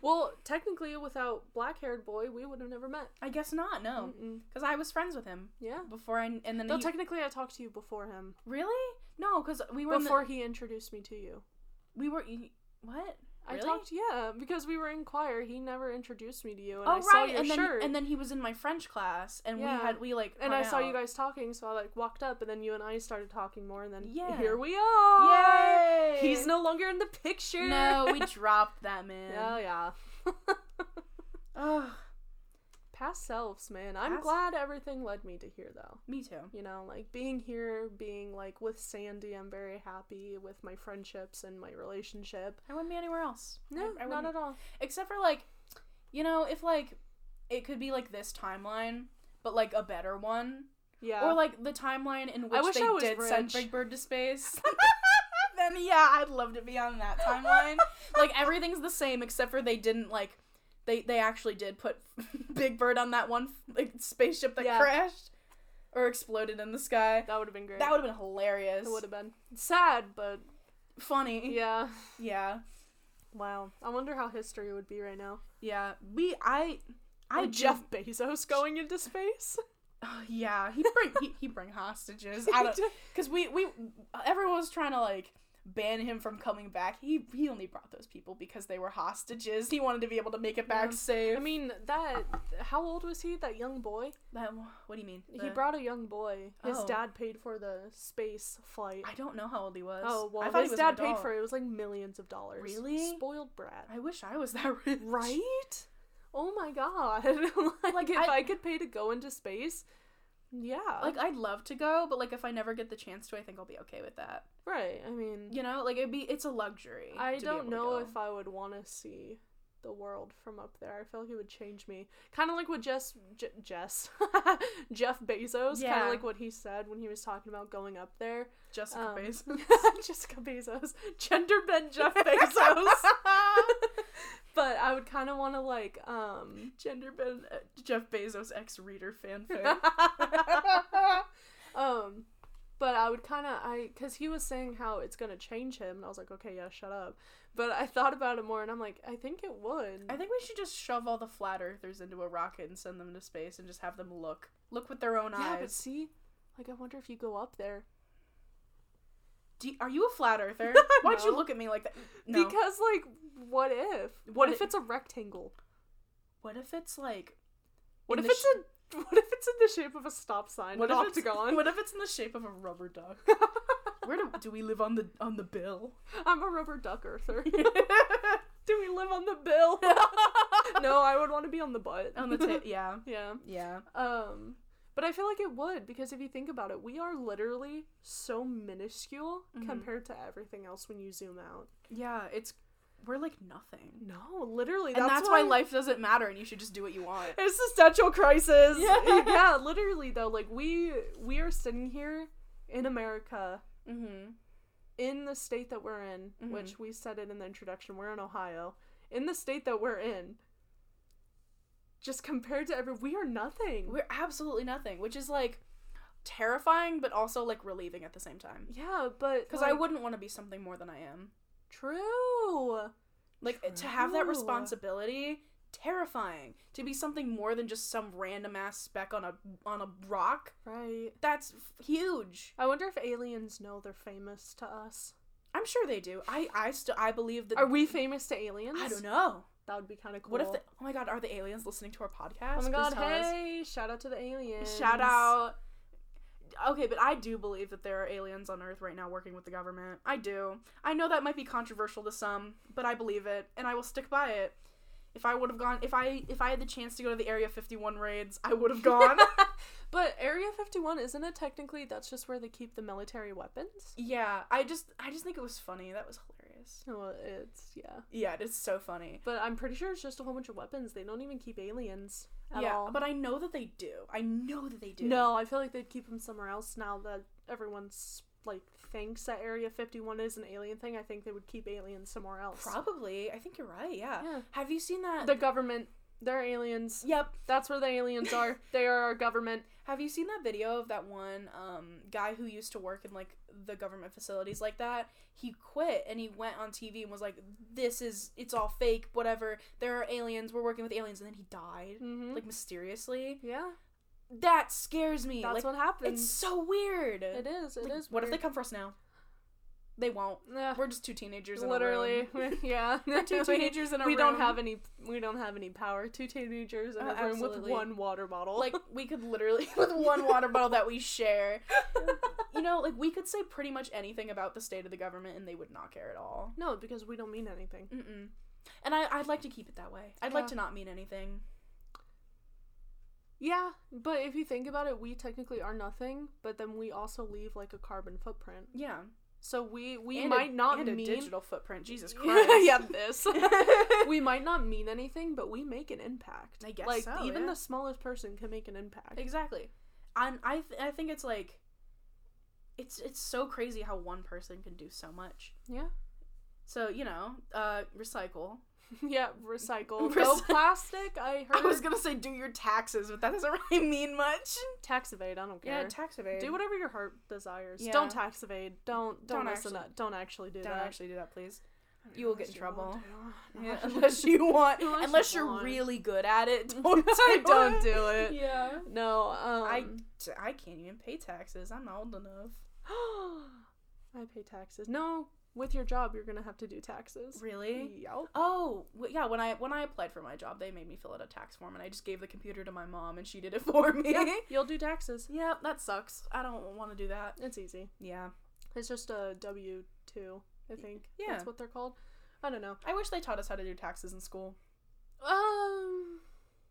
well, technically, without black-haired boy, we would have never met. I guess not. No, Mm-mm. because I was friends with him Yeah. before I and then No, he, technically, I talked to you before him. really no, because we were in the- Before he introduced me to you, we were y- what I Really? talked. Yeah, because we were in choir. He never introduced me to you, and I Oh saw right, your and then shirt, and then he was in my French class, and Yeah. we had we like and I hung saw you out. guys talking. So I like walked up, and then you and I started talking more, and then Yeah. here we are. Yay! He's no longer in the picture. no, we dropped that man. Oh yeah. Ugh, Past selves, man. I'm Past- glad everything led me to here though. me too. you know like being here being like with sandy i'm very happy with my friendships and my relationship I wouldn't be anywhere else. no I, I not at wouldn't- all Except for like, you know, if like it could be like this timeline, but like a better one, yeah or like the timeline in which wish they I was did send rich. Big Bird to space. then yeah, I'd love to be on that timeline. like everything's the same except for they didn't like. They, they actually did put Big Bird on that one like, spaceship that Yeah. crashed, or exploded in the sky. That would have been great. That would have been hilarious. It would have been sad, but funny. yeah. Yeah. Wow. I wonder how history would be right now. Yeah. We I I Or do- Jeff Bezos going into space. Oh, yeah, he bring he, he bring hostages. I don't cuz we we everyone was trying to like ban him from coming back. He he only brought those people because they were hostages. He wanted to be able to make it back Yeah. safe. I mean, that. How old was he? That young boy. That- what do you mean? He The- brought a young boy. His Oh. dad paid for the space flight. I don't know how old he was. Oh well, I thought his he was an dad paid adult. for it. It was like millions of dollars. Really? Spoiled brat. I wish I was that rich. Right? Oh my god! like, Like, if I- I, could pay to go into space, yeah. Like I'd love to go, but like if I never get the chance to, I think I'll be okay with that. right? I mean, You know, like it'd be it's a luxury. I to be don't able to know go. if I would want to see the world from up there. I feel like it would change me. Kind of like what Jess, J- Jess, Jeff Bezos. Kind Yeah. of like what he said when he was talking about going up there. Jessica um, Bezos. Jessica Bezos, gender bend Jeff Bezos. but I would kind of want to like um. Gender bend uh, Jeff Bezos ex reader fanfic. um but i would kind of i because he was saying how it's going to change him and i was like okay yeah shut up but i thought about it more and i'm like i think it would I think we should just shove all the flat earthers into a rocket and send them to space and just have them look look with their own yeah but eyes. see like i wonder if you go up there Do you- are you a flat earther? Why'd you No. look at me like that? No. because like what if What what if i- it's a rectangle what if it's like what In if the it's a what if it's in the shape of a stop sign what an if octagon It's, what if it's in the shape of a rubber duck? Where do do we live on the on the bill? i'm a rubber duck earther do we live on the bill no i would want to be on the butt on the tip, yeah, yeah yeah. Um, but I feel like it would because if you think about it, we are literally so minuscule Mhm. compared to everything else when you zoom out. Yeah, it's we're like nothing. No, literally, and that's why life doesn't matter and you should just do what you want. It's the sexual crisis. Yeah. Yeah. literally though, like we we are sitting here in America Mm-hmm. in the state that we're in, Mhm. which we said it in the introduction. We're in Ohio, in the state that we're in. Just compared to every, we are nothing. We're absolutely nothing, which is like terrifying but also like relieving at the same time. yeah, but Because I like, wouldn't want to be something more than I am. true. Like eh, to have that True. responsibility, terrifying. To be something more than just some random ass speck on a on a rock, Right. that's f- huge. I wonder if aliens know they're famous to us. I'm sure they do. I I still I believe that. Are we famous to aliens? I don't know. That would be kind of cool. What if the oh my god, are the aliens listening to our podcast? Oh my Please god! tell us. Hey, shout out to the aliens. Shout out. Okay, but I do believe that there are aliens on Earth right now working with the government. I do. I know that might be controversial to some, but I believe it, and I will stick by it. If I would have gone, if I if I had the chance to go to the Area 51 raids, I would have gone. But Area Fifty One isn't it technically that's just where they keep the military weapons? yeah, I just I just think it was funny. That was hilarious. Well, it's yeah. Yeah, it is so funny. But I'm pretty sure it's just a whole bunch of weapons. They don't even keep aliens at yeah, all. but I know that they do. I know that they do. no, I feel like they'd keep them somewhere else now that everyone's like thinks that Area Fifty One is an alien thing. I think they would keep aliens somewhere else. probably. I think you're right. Yeah. Yeah. Have you seen that? The government, they're aliens. yep. That's where the aliens are. they are our government. Have you seen that video of that one um, guy who used to work in like the government facilities like that? He quit and he went on TV and was like, "This is it's all fake, whatever. There are aliens. We're working with aliens." And then he died, Mm-hmm. like mysteriously. yeah, That scares me. that's like, what it's happens. so weird. It is. It is. Like, What if they come for us now? They won't. Nah, We're just two teenagers. in a literally, room. yeah. We're two teenagers in a we room. don't have any. We don't have any power. Two teenagers in Oh, a room absolutely. with one water bottle. like we could literally with one water bottle that we share. You know, like we could say pretty much anything about the state of the government and they would not care at all. no, because we don't mean anything. Mm-mm. And I, I'd like to keep it that way. I'd like Yeah. to not mean anything. Yeah, but if you think about it, we technically are nothing. But then we also leave like a carbon footprint. Yeah. So we we And a- might not and mean. a digital footprint. Jesus Christ. yeah, this. we might not mean anything, but we make an impact. I guess like so, even yeah. the smallest person can make an impact. exactly. And I, th- I think it's like, it's it's so crazy how one person can do so much. yeah. So you know, uh, recycle. yeah, recycle. No Recy- plastic. I heard. I was gonna say do your taxes, but that doesn't really mean much. tax evade. I don't care. tax evade. do whatever your heart desires. Yeah. Don't tax evade. Don't don't, Don't listen actually- to- Don't actually do Don't that. actually do that, please. You will get in trouble. Yeah. unless you want, Unless you unless, you're want. really good at it, don't don't do it. yeah. No. Um, T- I can't even pay taxes. I'm not old enough. I. I pay taxes. No, with your job, you're gonna have to do taxes. Really? Yup. Oh, w- yeah. When I when I applied for my job, they made me fill out a tax form, and I just gave the computer to my mom, and she did it for me. You'll do taxes. yeah, that sucks. I don't want to do that. It's easy. Yeah. It's just a W two. I think. Yeah. That's what they're called. I don't know. I wish they taught us how to do taxes in school. Um.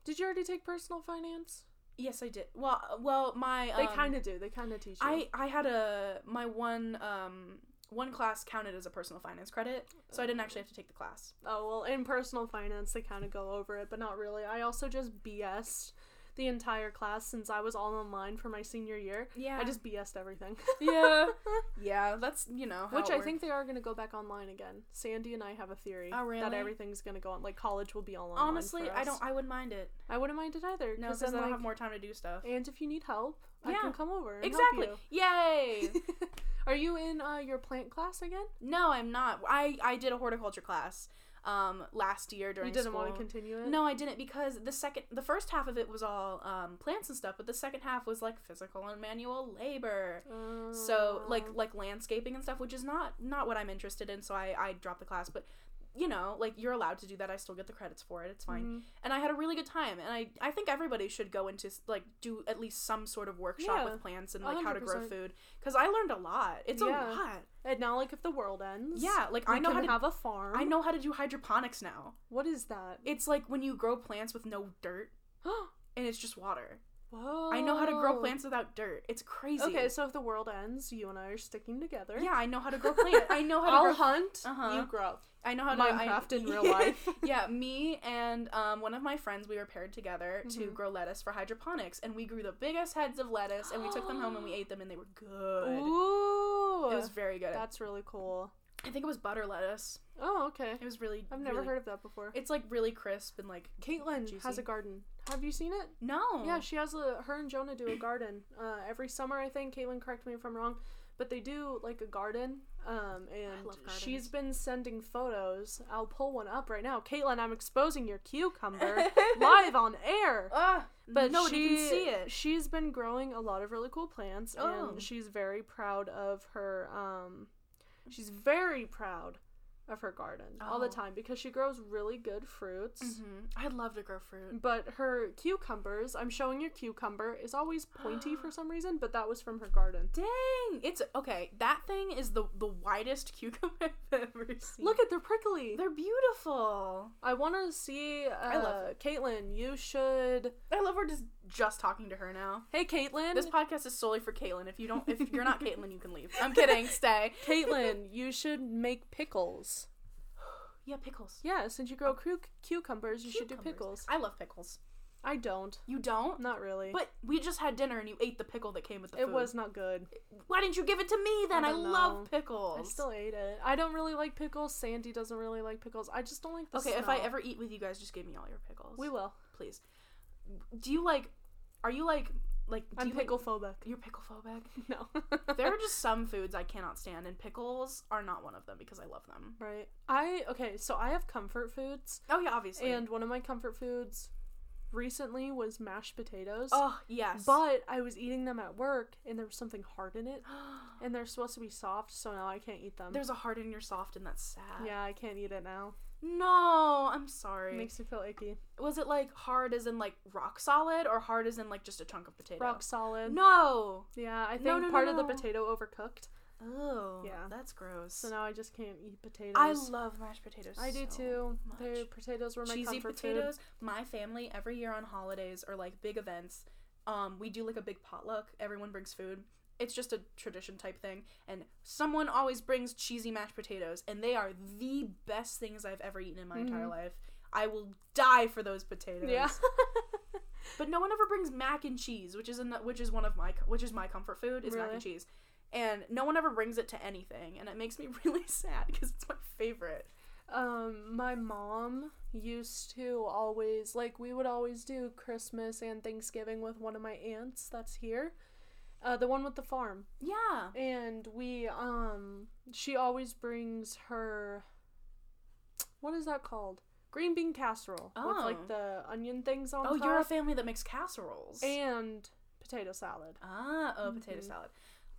Did you already take personal finance? Yes, I did. Well, uh, well, my They um, kind of do. They kind of teach you. I I had a my one um one class counted as a personal finance credit, so I didn't actually have to take the class. Oh well, in personal finance they kind of go over it, but not really. I also just BS the entire class since I was all online for my senior year. Yeah, I just BS'd everything. yeah yeah. That's you know how Which it I works. think they are going to go back online again. Sandy and I have a theory Oh, that really? everything's going to go on. Like college will be all online. honestly for I us. don't I wouldn't mind it. I wouldn't mind it either. No, 'cause because then then I'll like, have more time to do stuff. and if you need help, I Yeah. can come over. And Exactly. Help Yay. you. are you in uh, your plant class again? no, I'm not. I I did a horticulture class um last year during you didn't school. want to continue it. No, I didn't because the second, the first half of it was all um, plants and stuff, but the second half was like physical and manual labor. Uh, so like like landscaping and stuff which is not not what i'm interested in so i i dropped the class but you know like you're allowed to do that i still get the credits for it it's fine mhm. and i had a really good time and i i think everybody should go into s- like do at least some sort of workshop Yeah. with plants and like how to grow 100%. food because i learned a lot it's Yeah. a lot And now, like, if the world ends, yeah like we i know can how to have a farm. i know how to do hydroponics now What is that? it's like when you grow plants with no dirt and it's just water Whoa. i know how to grow plants without dirt it's crazy Oh. Okay, so if the world ends, you and I are sticking together. yeah i know how to grow plants i know how to I'll grow hunt. Uh-huh. You grow. I know how to Minecraft I, in real life. yeah, me and um, one of my friends, we were paired together to Mhm. grow lettuce for hydroponics, and we grew the biggest heads of lettuce, and we took them home and we ate them, and they were good. Ooh. It was very good. That's really cool. I think it was butter lettuce. Oh, okay. It was really. I've never really- heard of that before. It's like really crisp and like Caitlin has juicy. a garden. Have you seen it? no. Yeah, she has a. Her and Jonah do a garden uh, every summer. I think Caitlin, correct me if I'm wrong, but they do like a garden. Um, and love gardens. she's been sending photos. I'll pull one up right now. Caitlin, I'm exposing your cucumber live on air. Ah, But no, she, you can see it. She's been growing a lot of really cool plants, Oh. and she's very proud of her. Um, she's very proud of her garden all the Oh. time because she grows really good fruits. Mhm. I'd love to grow fruit. But her cucumbers, I'm showing your cucumber, is always pointy for some reason, but that was from her garden. Dang, it's okay. That thing is the the widest cucumber I've ever seen. Look at they're prickly. they're beautiful. I want to see. Uh, I love Caitlin. You should. I love we're just just talking to her now. Hey, Caitlin. This podcast is solely for Caitlin. If you don't, if you're not Caitlin, you can leave. I'm kidding. Stay. Caitlin, you should make pickles. Yeah, pickles. Yeah, since you grow cu- cucumbers, you should do Cucumbers. pickles. I love pickles. I don't. You don't? Not really. But we just had dinner and you ate the pickle that came with the it food. was not good. Why didn't you give it to me then? I I, don't know. love pickles. I still ate it. I don't really like pickles. Sandy doesn't really like pickles. I just don't like the Okay, if I smell. ever eat with you guys, just give me all your pickles. we will. please. Do you like? Are you like like? Do I'm you like- pickle phobic. you're pickle phobic. No. there are just some foods I cannot stand, and pickles are not one of them because I love them. right. I okay. So I have comfort foods, Oh yeah, obviously. and one of my comfort foods recently was mashed potatoes. oh yes, But I was eating them at work, and there was something hard in it, and they're supposed to be soft, so now I can't eat them. There's a heart in your soft, and that's sad. yeah, I can't eat it now. No, I'm It sorry. makes me feel icky. Was it like hard as in like rock solid, or hard as in like just a chunk of potato? Rock solid. No. Yeah, I think No, no, no, part of the no. potato overcooked. Oh. Yeah. That's gross. So now I just can't eat potatoes. I love mashed potatoes. I do so too. much. Their potatoes were my Cheesy comfort potatoes. My family every year on holidays or like big events, um, we do like a big potluck. Everyone brings food. It's just a tradition type thing, and someone always brings cheesy mashed potatoes, and they are the best things I've ever eaten in my entire Mhm. life. I will die for those food. potatoes. Yeah. But no one ever brings mac and cheese, which is an, which is one of my which is my comfort food is mac Really? and cheese, and no one ever brings it to anything, and it makes me really sad because it's my favorite. um my mom used to always like we would always do Christmas and Thanksgiving with one of my aunts that's here. Uh, the one with the farm. Yeah. and we um she always brings her what is that called green bean casserole with Oh. like the onion things on Oh, top you're a family that makes casseroles. and potato salad ah, oh, potato Mhm. salad.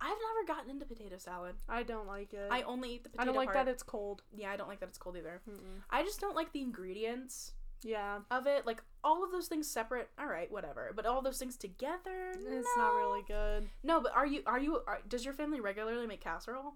I've never gotten into potato salad. i don't like it I only eat the potato Uh, I don't like part. that e- it's cold yeah, I don't like that it's cold either. Mm-mm. I just don't like the ingredients yeah of it. Like all of those things separate. All right, whatever. But all those things together. it's not no. really good No, but are you are you are, does your family regularly make casserole?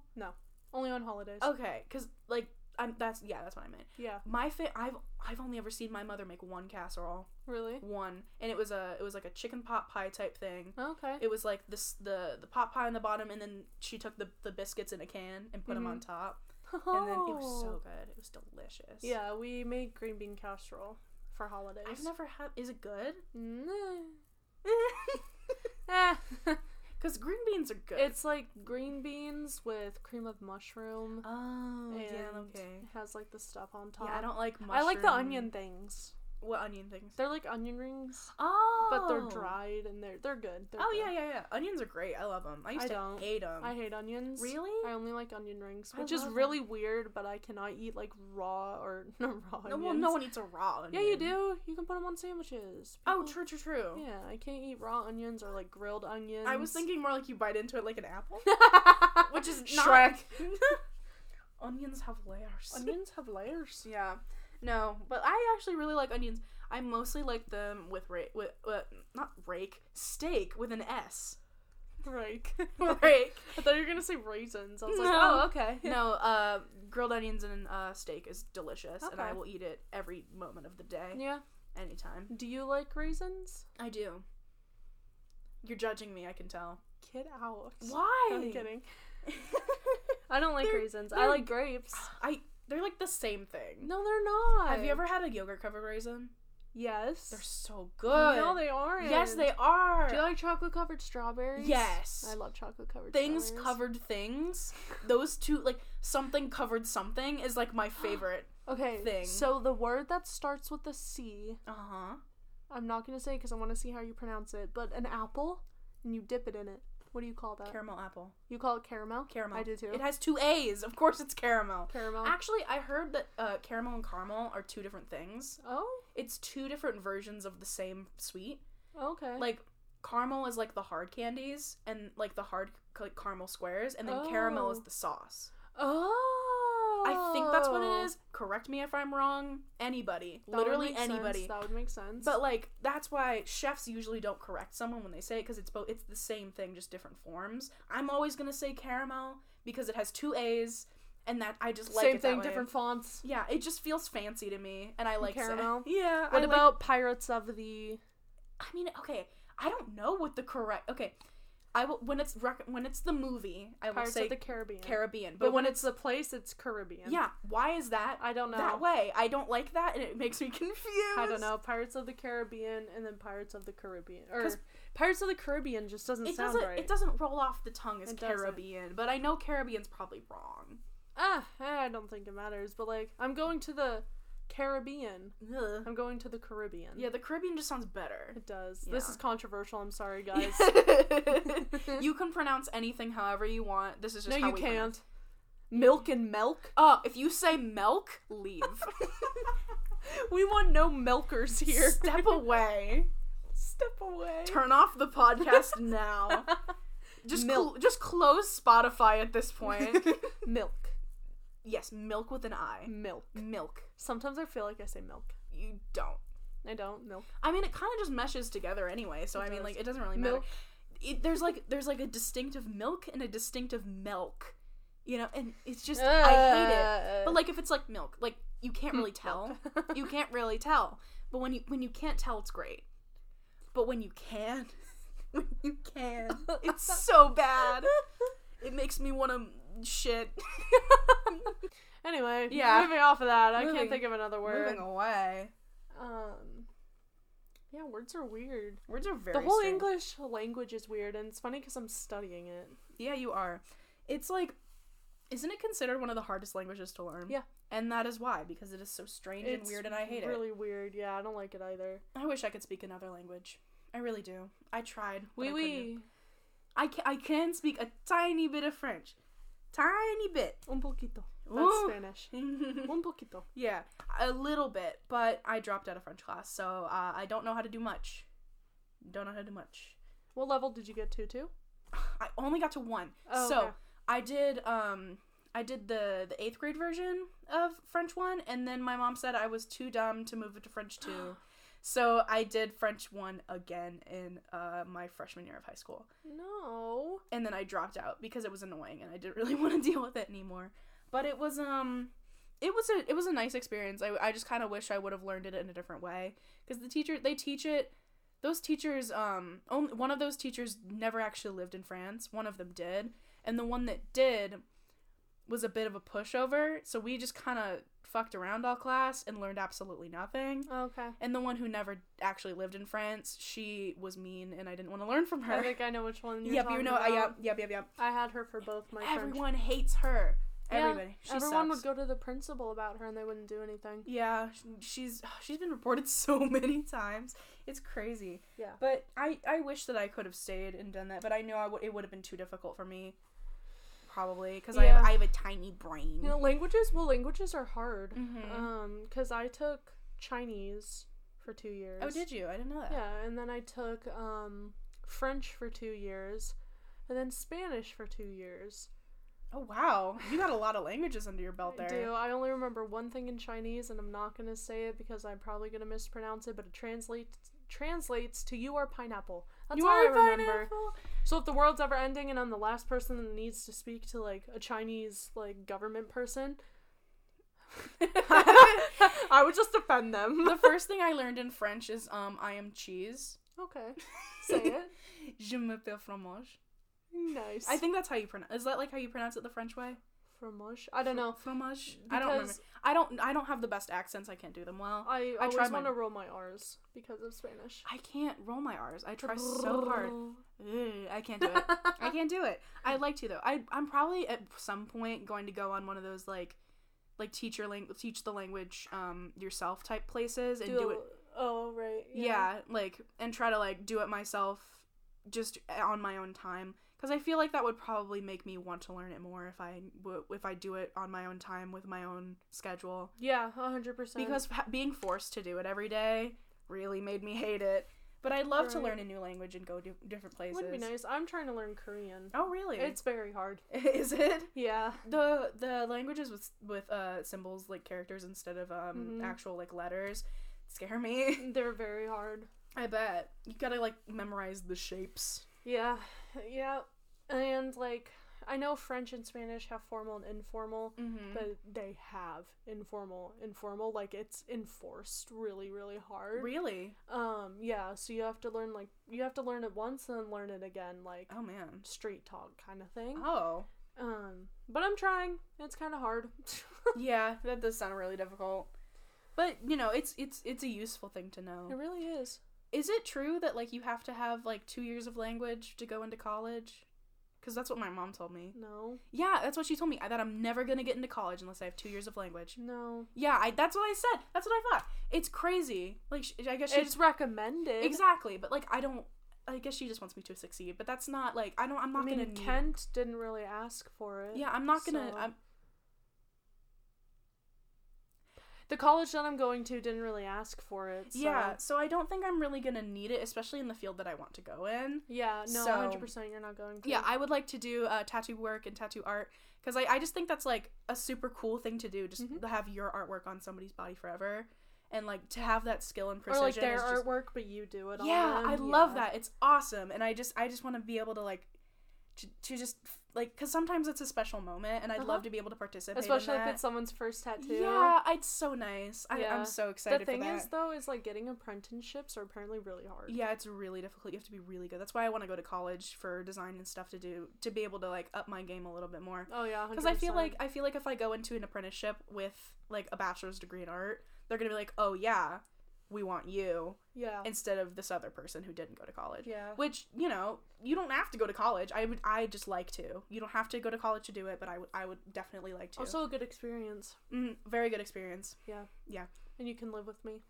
only on holidays Okay, cuz like I'm, that's yeah, that's what I meant. yeah My fa- I've I've only ever seen my mother make one casserole, really one, and it was a it was like a chicken pot pie type thing. okay It was like this the the pot pie on the bottom, and then she took the the biscuits in a can and put them Mhm. on top, and then it was so good. It was delicious. Oh. yeah we made green bean casserole for holidays I've never had. Is it good? Mm. Eh. Because green beans are good. it's like green beans with cream of mushroom oh and yeah okay. it has like the stuff on top. Yeah, I don't like. Mushroom. I like the onion things. What onion things? They're like onion rings, Oh, but they're dried and they're they're good. They're Oh good. yeah, yeah, yeah. Onions are great. I love them. I used I to don't. hate them. I hate onions. really? I only like onion rings, I which is love really weird. But I cannot eat like raw or no raw No, onions. well, no one eats a raw onion. Yeah, you do. You can put them on sandwiches. Oh, People- true, true, true. Yeah, I can't eat raw onions or like grilled onions. I was thinking more like you bite into it like an apple, which is not. Shrek. onions have layers. onions have layers. Yeah. No, but I actually really like onions. I mostly like them with rake, with, with not rake, steak with an S. Rake. Rake. I thought you were gonna say raisins. I was like, No. oh, okay. no, uh, grilled onions and uh, steak is delicious, and I Okay. will eat it every moment of the day, Yeah. anytime. Do you like raisins? I do. You're judging me. I can tell. Get out. Why? I'm kidding. I don't like They're- raisins. I they're- like grapes. I. They're like the same thing. No, they're not. Have you ever had a yogurt covered raisin? Yes. They're so good. No, they aren't. Yes, they are. Do you like chocolate covered strawberries? Yes. I love chocolate covered things covered things. Those two, like something covered something, is like my favorite. Okay. thing. So the word that starts with a C, uh huh. I'm not gonna say because I want to see how you pronounce it, but an apple, and you dip it in it. What do you call that? Caramel apple. you call it caramel. Caramel. Uh, I do too. It has two A's. Of course, it's caramel. caramel. Actually, I heard that uh, caramel and caramel are two different things. oh. It's two different versions of the same sweet. Okay. Like caramel is like the hard candies and like the hard like, caramel squares, and then caramel Oh. is the sauce. oh. I think that's what it is. Correct me if I'm wrong. Anybody, That would literally make sense. anybody. That would make sense. But like that's why chefs usually don't correct someone when they say it because it's both it's the same thing just different forms. I'm always gonna say caramel because it has two A's, and that I just like same it that thing, way. different fonts. Yeah, it just feels fancy to me, and I like sa- caramel? Yeah. What I like- about Pirates of the? I mean, okay. I don't know what the correct. Okay, I will when it's rec- when it's the movie. I will Pirates say of the Caribbean. Caribbean, but when it's the place, it's Caribbean. yeah, why is that? I don't know. that way. I don't like that, and it makes me confused. I don't know. Pirates of the Caribbean and then Pirates of the Caribbean. Or 'Cause- Pirates of the Caribbean just doesn't It sound doesn't. right. It doesn't roll off the tongue as It doesn't. Caribbean, but I know Caribbean's probably wrong. ah, I don't think it matters. But like, I'm going to the Caribbean. Ugh. I'm going to the Caribbean. Yeah, the Caribbean just sounds better. It does. Yeah. This is controversial. I'm sorry, guys. you can pronounce anything however you want. This is no, just how you we pronounce- can't. Milk and milk. Oh, if you say milk, leave. We want no milkers here. Step away. Step away. Turn off the podcast now. Just cl- Milk. just close Spotify at this point. milk. yes, milk with an I. Milk. Milk. Sometimes I feel like I say milk. You don't. I don't. Milk. I mean, it kind of just meshes together anyway. So I mean, does. like it doesn't really matter. Milk. It, there's like there's like a distinctive milk and a distinctive milk, you know, and it's just I hate it. Uh, But like if it's like milk, like you can't really Hmm, tell. you can't really tell. But when you when you can't tell, it's great. But when you can, when you can, it's so bad. It makes me want to shit. anyway, Yeah. Moving off of that, I Moving- can't think of another word. Moving away. Um. Yeah, words are weird. Words are very the whole strange. English language is weird, and it's funny because I'm studying it. Yeah, you are. It's like Isn't it considered one of the hardest languages to learn? Yeah. And that is why, because it is so strange and weird and I hate it. really weird. Yeah, I don't like it either. I wish I could speak another language. I really do. I tried. but Wee I couldn't. wee. I can, I can speak a tiny bit of French. Tiny bit. Un poquito. That's Ooh. Spanish. Un poquito. yeah, a little bit, but I dropped out of French class, so uh, I don't know how to do much. Don't know how to do much. What level did you get to, too? I only got to one. Oh, so okay. I did um I did the the eighth grade version of French one, and then my mom said I was too dumb to move it to French two. So I did French one again in uh, my freshman year of high school, No. and then I dropped out because it was annoying and I didn't really want to deal with it anymore. But it was um, it was a it was a nice experience. I, I just kind of wish I would have learned it in a different way because the teacher they teach it. Those teachers um, only one of those teachers never actually lived in France. One of them did, and the one that did was a bit of a pushover. So we just kind of fucked around all class and learned absolutely nothing. Okay. And the one who never actually lived in France, she was mean, and I didn't want to learn from her. I think I know which one you're yep, you talking know, I- yep, about. yep, yep, yep. I had her for both my French. Everyone hates her. Yeah, Everybody. She Everyone would sucks. go to the principal about her and they wouldn't do anything. Yeah, sh- she's she's been reported so many times. It's crazy. Yeah. But I I wish that I could have stayed and done that, but I know I would it would have been too difficult for me. Probably because I Yeah. have I have a tiny brain. You know, languages, well, languages are hard. Mhm. Um, cause I took Chinese for two years. oh, did you? I didn't know that. Yeah, and then I took um French for two years, and then Spanish for two years. Oh wow, you got a lot of languages under your belt there. I do. I only remember one thing in Chinese, and I'm not gonna say it because I'm probably gonna mispronounce it. But it translates translates to "You are pineapple." That's You all are I remember. pineapple. So if the world's ever ending and I'm the last person that needs to speak to like a Chinese like government person, I would just offend them. the first thing I learned in French is um I am cheese. Okay, say it. Je m'appelle fromage. Nice. I think that's how you pronounce. Is that like how you pronounce it the French way? fromage. I don't know. Fromage. I don't remember. Because- I don't. I don't have the best accents. I can't do them well. I, I always tried my- want to roll my R's because of Spanish. I can't roll my R's. I try so hard. Ugh, I can't do it. I can't do it. I'd like to though. I I'm probably at some point going to go on one of those like like teacher lang- teach the language um yourself type places and do, Do it. a- Oh right. Yeah. like and try to like do it myself just eh, on my own time cuz I feel like that would probably make me want to learn it more if I w- if I do it on my own time with my own schedule. Yeah, hundred percent. because ha- being forced to do it every day really made me hate it. But I'd love to Right. learn a new language and go to different it places. would be nice. I'm trying to learn Korean. Oh, really? It's very hard. is it Yeah. the the languages with with uh symbols like characters instead of um Mhm. actual like letters scare me. They're very hard. I bet you gotta like memorize the shapes. Yeah. Yeah. And like I know French and Spanish have formal and informal, Mm-hmm. but they have informal, informal. Like it's enforced really, really hard. Really? um, yeah, so you have to learn like you have to learn it once and then learn it again, like Oh man. street talk kind of thing. Oh Um, but I'm trying. It's kind of hard. yeah, that does sound really difficult. But you know, it's it's it's a useful thing to know. it really is. Is it true that like you have to have like two years of language to go into college? Because that's what my mom told me. No, Yeah, that's what she told me. I, that I'm never gonna get into college unless I have two years of language. no. Yeah, I, that's what I said. That's what I thought. It's crazy. Like sh I guess she It's recommended. exactly, but like I don't. I guess she just wants me to succeed. But that's not like I don't. I'm I not mean, gonna. need- Kent didn't really ask for it. Yeah, I'm not gonna. So- I'm, The college that I'm going to didn't really ask for it. So. Yeah, so I don't think I'm really gonna need it, especially in the field that I want to go in. Yeah. No. So- 100. percent You're not going to. Yeah, I would like to do uh, tattoo work and tattoo art because I, I just think that's like a super cool thing to do. Just Mhm. to have your artwork on somebody's body forever, and like to have that skill and or precision. like their is just- artwork, but you do it. all yeah, in. I love that. It's awesome, and I just I just want to be able to like to, to just like because sometimes it's a special moment, and I'd Uh-huh. love to be able to participate. in Especially if that. it's someone's first tattoo. yeah, it's so nice. I, Yeah. I'm so excited. The thing for that. is, though, is like getting apprenticeships are apparently really hard. Yeah, it's really difficult. You have to be really good. That's why I want to go to college for design and stuff to do to be able to like up my game a little bit more. Oh yeah. because I feel 100%. like I feel like if I go into an apprenticeship with like a bachelor's degree in art, they're gonna be like, oh yeah, we want you Yeah. instead of this other person who didn't go to college. yeah. Which, you know, you don't have to go to college. I would I just like to. You don't have to go to college to do it, but I would I would definitely like to. Also a good experience, mm, very good experience. and you can live with me.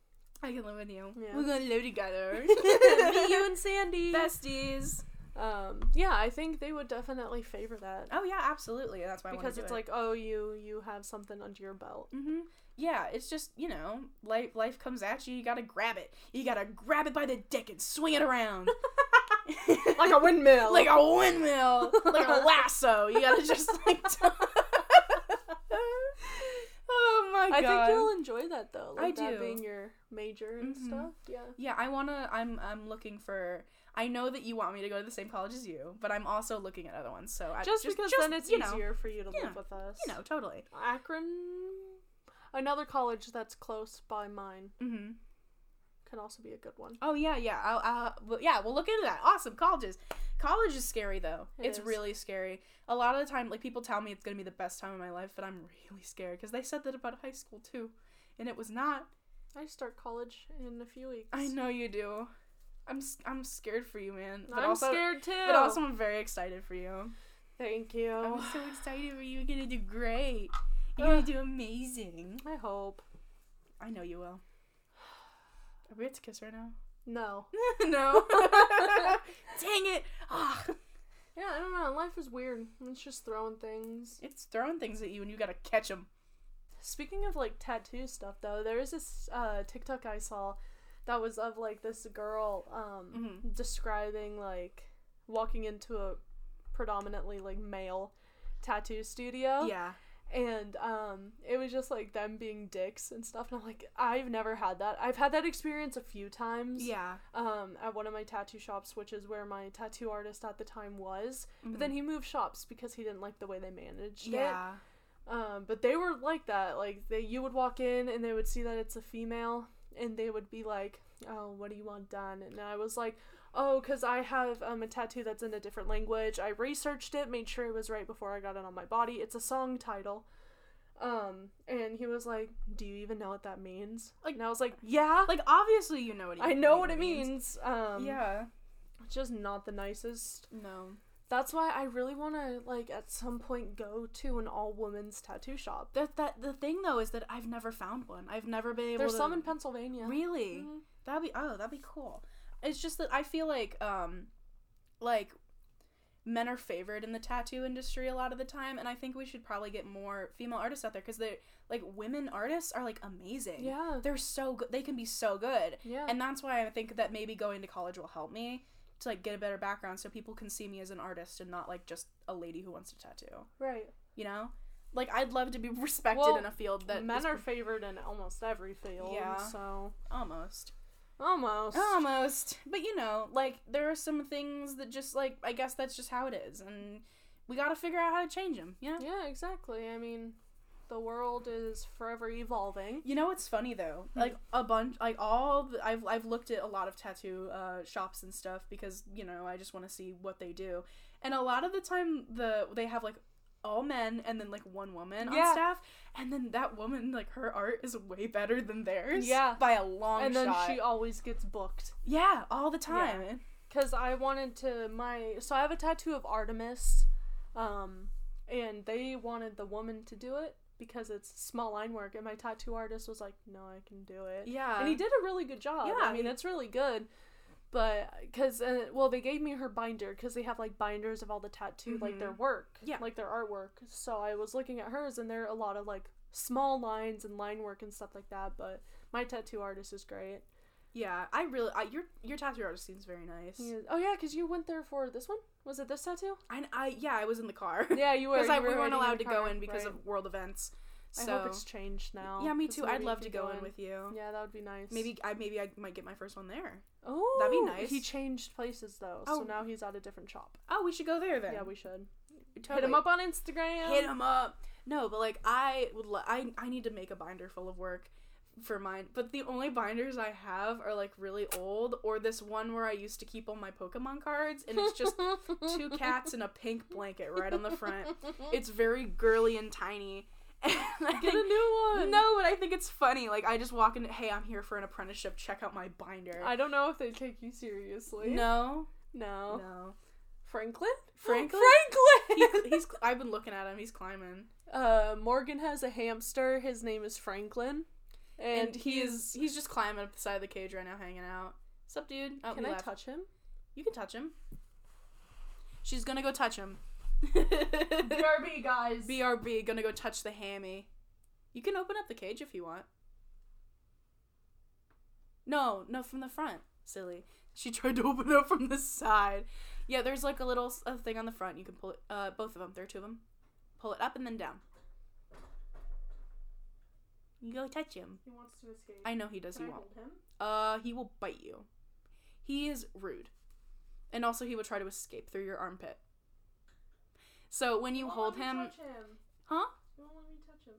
I can live with you. Yeah. We're going to live together. me, you, and Sandy. Besties. Um, yeah, I think they would definitely favor that Oh yeah, absolutely. That's why because I wanna do it's it. like, oh, you you have something under your belt. hmm Yeah, it's just you know, life life comes at you. You gotta grab it. You gotta grab it by the dick and swing it around like a windmill. like a windmill, like a lasso. You gotta just like. t- oh my I god! think you'll enjoy that though. I Like that do. being your major and Mhm. stuff. Yeah. yeah, I wanna. I'm I'm looking for. I know that you want me to go to the same college as you, but I'm also looking at other ones. So I, Just, because then it's you know, easier for you to yeah, live with us. You know, totally. Akron, another college that's close by mine, Mm-hmm. can also be a good one. Oh yeah, yeah. I'll, I'll, well, yeah, we'll look into that. Awesome colleges. College is scary though. It it's is. really scary. A lot of the time, like people tell me it's gonna be the best time of my life, but I'm really scared because they said that about high school too, and it was not. I start college in a few weeks. I know you do. I'm s- I'm scared for you, man. But I'm also, scared too. Oh. But also, I'm very excited for you. thank you. I'm so excited for you. You're gonna do great. You're gonna Ugh. do amazing. I hope. I know you will. Are we about to kiss right now? No. no. Dang it. Ah. Yeah, I don't know. Life is weird. It's just throwing things. It's throwing things at you and you gotta catch them. Speaking of like tattoo stuff, though, there is this uh, TikTok I saw that was of like this girl um, Mm-hmm. describing like walking into a predominantly like male tattoo studio. Yeah. and um it was just like them being dicks and stuff and i'm like i've never had that i've had that experience a few times Yeah. um at one of my tattoo shops which is where my tattoo artist at the time was Mm-hmm. but then he moved shops because he didn't like the way they managed it Yeah. um but they were like that like they you would walk in and they would see that it's a female and they would be like oh what do you want done and i was like oh because i have um, a tattoo that's in a different language i researched it made sure it was right before i got it on my body it's a song title um and he was like do you even know what that means Like- and i was like yeah Like obviously you know what it i know what it means um yeah. it's just not the nicest No. that's why i really want to like at some point go to an all-women's tattoo shop That that the thing though is that I've never found one. I've never been able there's to some in pennsylvania Really? Mhm. That'd be oh, that'd be cool. It's just that I feel like um like men are favored in the tattoo industry a lot of the time and I think we should probably get more female artists out there cuz they like women artists are like amazing. yeah They're so good. They can be so good. yeah and that's why I think that maybe going to college will help me to like get a better background so people can see me as an artist and not like just a lady who wants to tattoo. right You know, like I'd love to be respected Well, in a field that men is- are favored in almost every field. Yeah. So almost almost. almost, Um, but you know, like there are some things that just like I guess that's just how it is, and we got to figure out how to change them. You know. Yeah, exactly. I mean, the world is forever evolving. You know what's funny though? Hmm. Like a bunch, like all the, I've I've looked at a lot of tattoo uh, shops and stuff because you know I just want to see what they do, and a lot of the time the they have like all men and then like one woman on Yeah. staff, and then that woman like her art is way better than theirs. Yeah. by a long and then shot. she always gets booked. yeah, all the time. Cause I wanted to my so I have a tattoo of Artemis, um, and they wanted the woman to do it because it's small line work, and my tattoo artist was like, "No, I can do it." Yeah, and he did a really good job. Yeah, I mean, he- it's really good. But because uh, well, they gave me her binder because they have like binders of all the tattoo, like their Mhm. work, Yeah. like their artwork. So I was looking at hers, and there are a lot of like small lines and line work and stuff like that. But my tattoo artist is great. Yeah, I really I, your your tattoo artist seems very nice. He is- oh yeah, because you went there for this one. Was it this tattoo? I, I yeah I was in the car Yeah, you were. because I you we weren't riding allowed your to go car, in because right. of world events. So. I hope it's changed now. Yeah, me 'cause too. maybe I'd you love could to go in with you. Yeah, that would be nice. Maybe I maybe I might get my first one there. Oh, that'd be nice. He changed places though, Oh. so now he's at a different shop. Oh, we should go there then. Yeah, we should totally. hit him up on Instagram. Hit him up. No, but like I would lo- I I need to make a binder full of work for mine. But the only binders I have are like really old or this one where I used to keep all my Pokemon cards and it's just two cats and a pink blanket right on the front. It's very girly and tiny. And I Get a think- new one. no, but I think it's funny. Like I just walk in. Hey, I'm here for an apprenticeship. Check out my binder. I don't know if they take you seriously. no, No. no. Franklin? Franklin? Franklin! He- he's. I've been looking at him. He's climbing. uh, Morgan has a hamster. His name is Franklin. And, And he he's is. he's just climbing up the side of the cage right now, hanging out. Sup, dude? Oh, Can he I left. touch him? You can touch him. She's gonna go touch him. BRB, guys. BRB, gonna go touch the hammy. You can open up the cage if you want. No, no, from the front. Silly. She tried to open it up from the side. Yeah, there's like a little s- a thing on the front. You can pull it, uh, both of them. There are two of them. Pull it up and then down. You go touch him. he wants to escape. I know he does. He won't. him? Uh, he will bite you. He is rude. And also, he will try to escape through your armpit. So when you hold him, huh?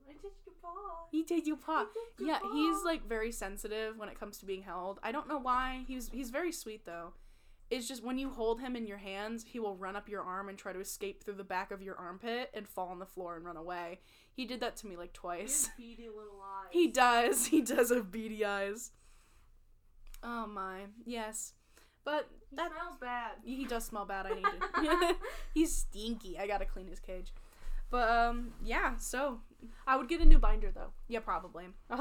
I did you paw. He did you paw. did you Yeah, paw. he's like very sensitive when it comes to being held. I don't know why. He's he's very sweet though. It's just when you hold him in your hands, he will run up your arm and try to escape through the back of your armpit and fall on the floor and run away. He did that to me like twice. beady little eyes. He does. He does have beady eyes. Oh my. Yes. But that smells bad. he does smell bad. I need it. He's stinky. I gotta clean his cage. But um, yeah. So I would get a new binder though. yeah, probably A 100%.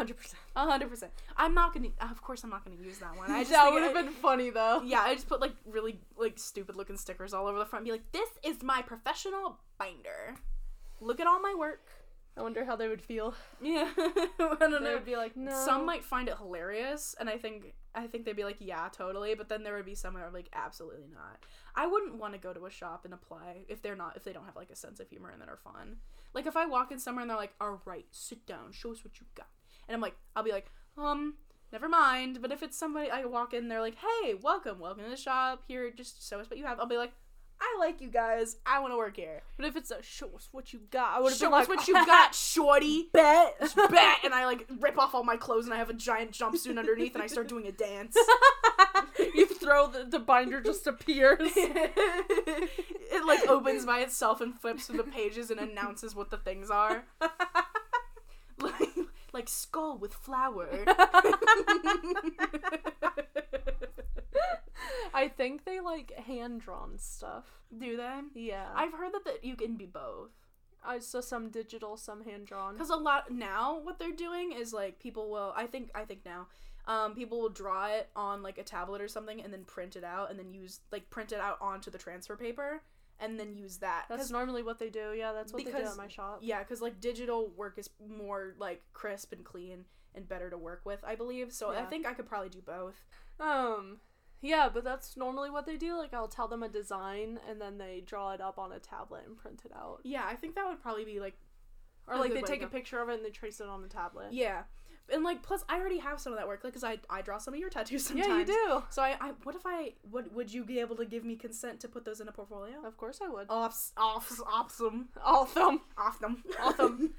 a hundred percent. I'm not gonna. Of course, I'm not gonna use that one. I just that think would have I- been funny though. Yeah, I just put like really like stupid looking stickers all over the front. And be like, this is my professional binder. Look at all my work. I wonder how they would feel. Yeah, I don't They know. would be like, no. Some might find it hilarious, and I think I think they'd be like, "Yeah, totally." But then there would be some that are like, "Absolutely not." I wouldn't want to go to a shop and apply if they're not if they don't have like a sense of humor and that are fun. Like if I walk in somewhere and they're like, "All right, sit down, show us what you got," and I'm like, I'll be like, "Um, never mind." But if it's somebody I walk in, they're like, "Hey, welcome, welcome to the shop. Here, just show us what you have." I'll be like. I like you guys. I want to work here. But if it's a show us what you got, I would have Show been like, us what you got, shorty. Bet. bet and i like rip off all my clothes and i have a giant jumpsuit underneath and i start doing a dance you throw the, the binder just appears. it like opens by itself and flips through the pages and announces what the things are like, like skull with flower I think they like hand drawn stuff. do they Yeah. I, i've heard that, that you can be both I saw some digital, some hand drawn. because a lot now what they're doing is like people will i think i think now um, people will draw it on like a tablet or something and then print it out and then use like print it out onto the transfer paper and then use that That's 'Cause- normally what they do. Yeah, that's what they do because- at my shop. yeah because like digital work is more like crisp and clean and better to work with i believe so i Yeah. think i could probably do both Um, yeah, but that's normally what they do. Like I'll tell them a design and then they draw it up on a tablet and print it out. yeah i think that would probably be like Or A like good they way take to a go. picture of it and they trace it on the tablet. yeah and like plus i already have some of that work like because I, I draw some of your tattoos sometimes yeah you do. so I, I what if i what would you be able to give me consent to put those in a portfolio Of course I would. Off, off, awesome, Awesome. awesome, Awesome.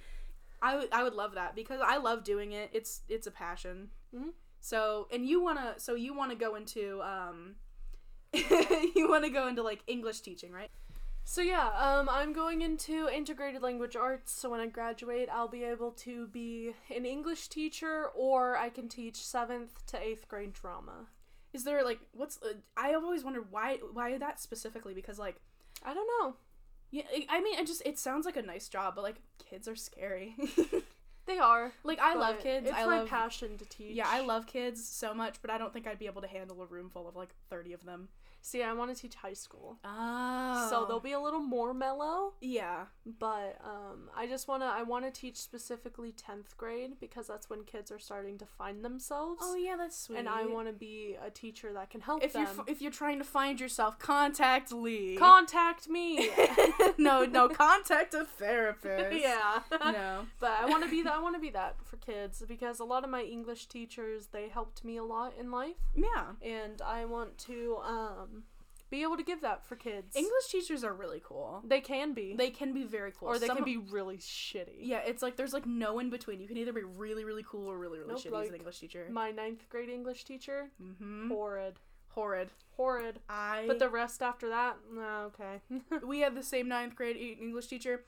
I would, I would love that because I love doing it. It's, it's a passion. Mhm. So, and you wanna, so you wanna go into, um, you wanna go into like English teaching, right? So yeah, um, I'm going into integrated language arts. So when I graduate, I'll be able to be an English teacher, or I can teach seventh to eighth grade drama. Is there like, what's? Uh, I have always wondered why, why that specifically? Because like, I don't know. yeah, I- I mean, it just, it sounds like a nice job, but like, kids are scary. They are. like, I but love kids. It's I my love. passion to teach. yeah, I love kids so much, but I don't think I'd be able to handle a room full of like thirty of them. See, I want to teach high school, Oh. so they'll be a little more mellow. Yeah. But um, I just wanna. I want to teach specifically tenth grade because that's when kids are starting to find themselves. yeah, that's Oh, sweet. And I want to be a teacher that can help if them. you're f- if you're trying to find yourself, contact Lee. Contact me. no, no, contact a therapist. yeah. No. But I want to be that. I want to be that for kids because a lot of my English teachers they helped me a lot in life, Yeah. and I want to um, be able to give that for kids. English teachers are really cool. they can be, They can be very cool. or they Some- can be really shitty. Yeah, it's like there's like no in between. You can either be really, really cool or really, really Nope, shitty as an like- English teacher. My ninth grade English teacher, mm-hmm. horrid, Horrid. horrid. I. But the rest after that, nah, okay. we had the same ninth grade e- English teacher.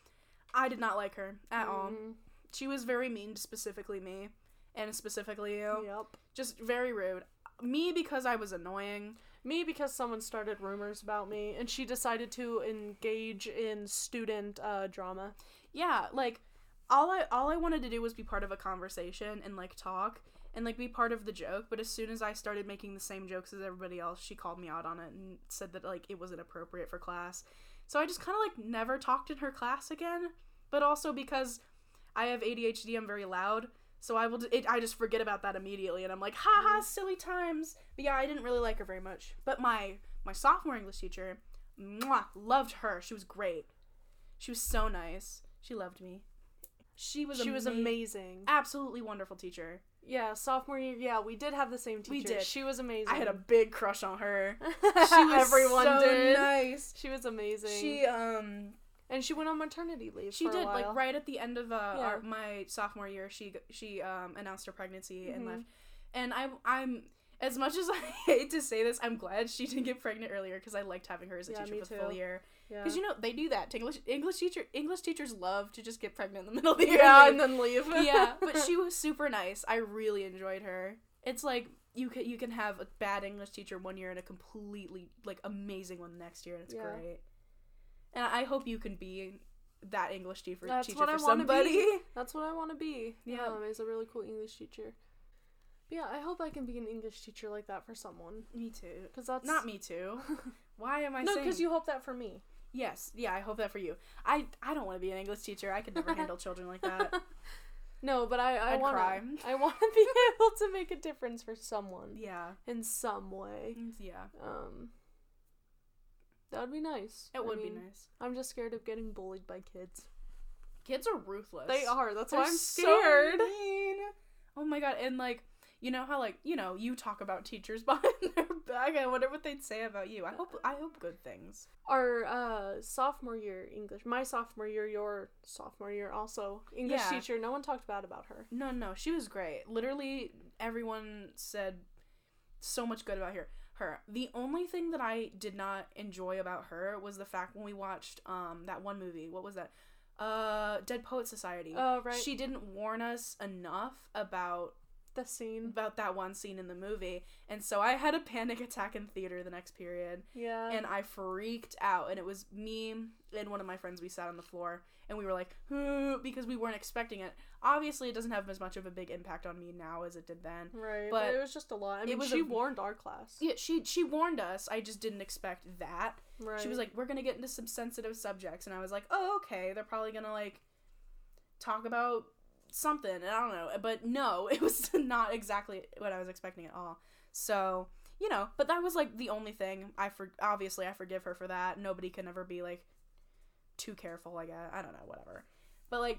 I did not like her at all. Mm, She was very mean to specifically me and specifically you. Yep. Just very rude. Me because I was annoying. Me because someone started rumors about me and she decided to engage in student uh, drama. Yeah, like all I all I wanted to do was be part of a conversation and like talk and like be part of the joke, but as soon as I started making the same jokes as everybody else, she called me out on it and said that like it wasn't appropriate for class. So I just kind of like never talked in her class again, but also because I have ADHD, I'm very loud. So I will. d- It, I just forget about that immediately, and I'm like, "Ha ha, silly times." But yeah, I didn't really like her very much. But my my sophomore English teacher, mwah, loved her. She was great. She was so nice. She loved me. She was. she was ama- amazing. Absolutely wonderful teacher. Yeah, sophomore year. Yeah, we did have the same teacher. We did. She was amazing. I had a big crush on her. she was Everyone so did. nice. She was amazing. She um and she went on maternity leave. She for a did while. like right at the end of uh, Yeah. our, my sophomore year. She g- she um, announced her pregnancy and Mhm. left. And I I'm as much as I hate to say this, I'm glad she didn't get pregnant earlier because I liked having her as a Yeah, teacher me for the full too. year. Yeah. Because you know they do that. to English English teacher English teachers love to just get pregnant in the middle of the year. yeah, and and then leave. leave. yeah. But she was super nice. I really enjoyed her. It's like you can you can have a bad English teacher one year and a completely like amazing one next year, and it's Yeah. great. And I hope you can be that English te- for- teacher That's what I for wanna somebody. be. That's what I want to be. Yeah. Um, is a really cool English teacher. But yeah, I hope I can be an English teacher like that for someone. Me too. Because that's Not me too. Why am I no, saying? because you hope that for me. Yes, yeah. I hope that for you. I I don't want to be an English teacher. I could never handle children like that. No, but I I I'd want cry. I want to be able to make a difference for someone Yeah, in some way. yeah. Um, that would be nice. It would mean, be nice. I'm just scared of getting bullied by kids. Kids are ruthless. They are. That's They're why I'm so scared. mean. Oh my god! And like, you know how like you know you talk about teachers behind their back. I wonder what they'd say about you. I hope I hope good things. Our uh, sophomore year English, my sophomore year, your sophomore year also English Yeah. teacher. No one talked bad about her. No, no, she was great. Literally, everyone said so much good about her. Her. The only thing that I did not enjoy about her was the fact when we watched um that one movie. What was that? Uh, Dead Poet Society. Oh right, She didn't warn us enough about the scene. about that one scene in the movie. And so I had a panic attack in theater the next period. Yeah, And I freaked out. And it was me and one of my friends. We sat on the floor and we were like, "Huh," because we weren't expecting it. Obviously, it doesn't have as much of a big impact on me now as it did then. right. But, but it was just a lot. I mean, was she a- warned our class. Yeah, she she warned us. I just didn't expect that. Right. She was like, "We're gonna get into some sensitive subjects," and I was like, "Oh, okay. They're probably gonna like talk about something." And I don't know, but no, it was not exactly what I was expecting at all. So you know, but that was like the only thing. I for obviously I forgive her for that. Nobody can ever be like too careful. I guess I don't know, whatever. But like,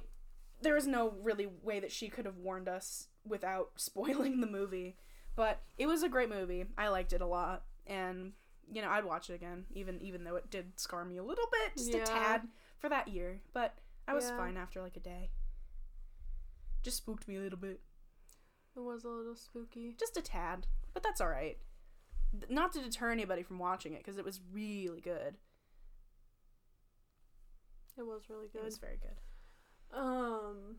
there was no really way that she could have warned us without spoiling the movie. But it was a great movie. I liked it a lot, and you know, I'd watch it again, even even though it did scar me a little bit, just Yeah. a tad for that year. But I was Yeah. fine after like a day. Just spooked me a little bit, it was a little spooky. just a tad, but that's all right. Th- Not to deter anybody from watching it because it was really good. It was really good. It was very good. Um,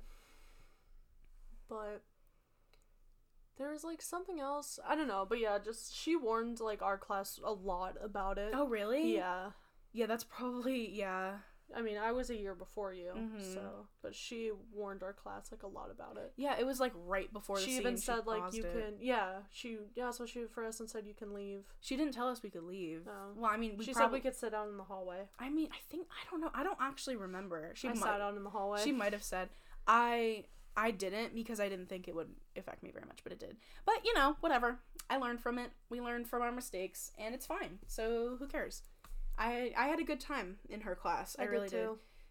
but there was like something else. I don't know, but yeah, just she warned like our class a lot about it. Oh really? yeah. Yeah, that's probably yeah. I mean, I was a year before you, Mhm. so but she warned our class like a lot about it. Yeah, it was like right before the she scene, even said like paused you it. can, yeah. She yeah, so she for us and said you can leave. She didn't tell us we could leave. No. Well, I mean, we Oh. she said probably we could sit down in the hallway. I mean, I think I don't know. I don't actually remember. She I might. sat out in the hallway. She might have said I I didn't because I didn't think it would affect me very much, but it did. But you know, whatever. I learned from it. We learned from our mistakes, and it's fine. So who cares? I I had a good time in her class. I, really did,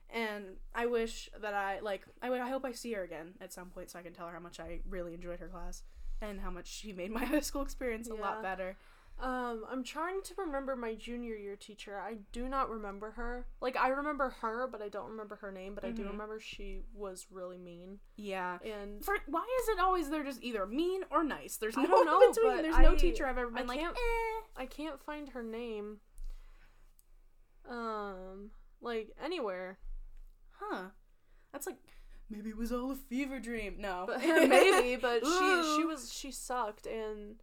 and I wish that I like I would I hope I see her again at some point so I can tell her how much I really enjoyed her class and how much she made my high school experience a Yeah. lot better. Um, I'm trying to remember my junior year teacher. I do not remember her. Like I remember her, but I don't remember her name. But I do Mhm. remember she was really mean. Yeah. And For, why is it always they're just either mean or nice? There's I no don't know, between. but There's no I- teacher I've ever I been like, can't- eh. I can't find her name. Um, like anywhere. Huh. That's like maybe it was all a fever dream. No, But maybe, but she she Ooh. was she sucked and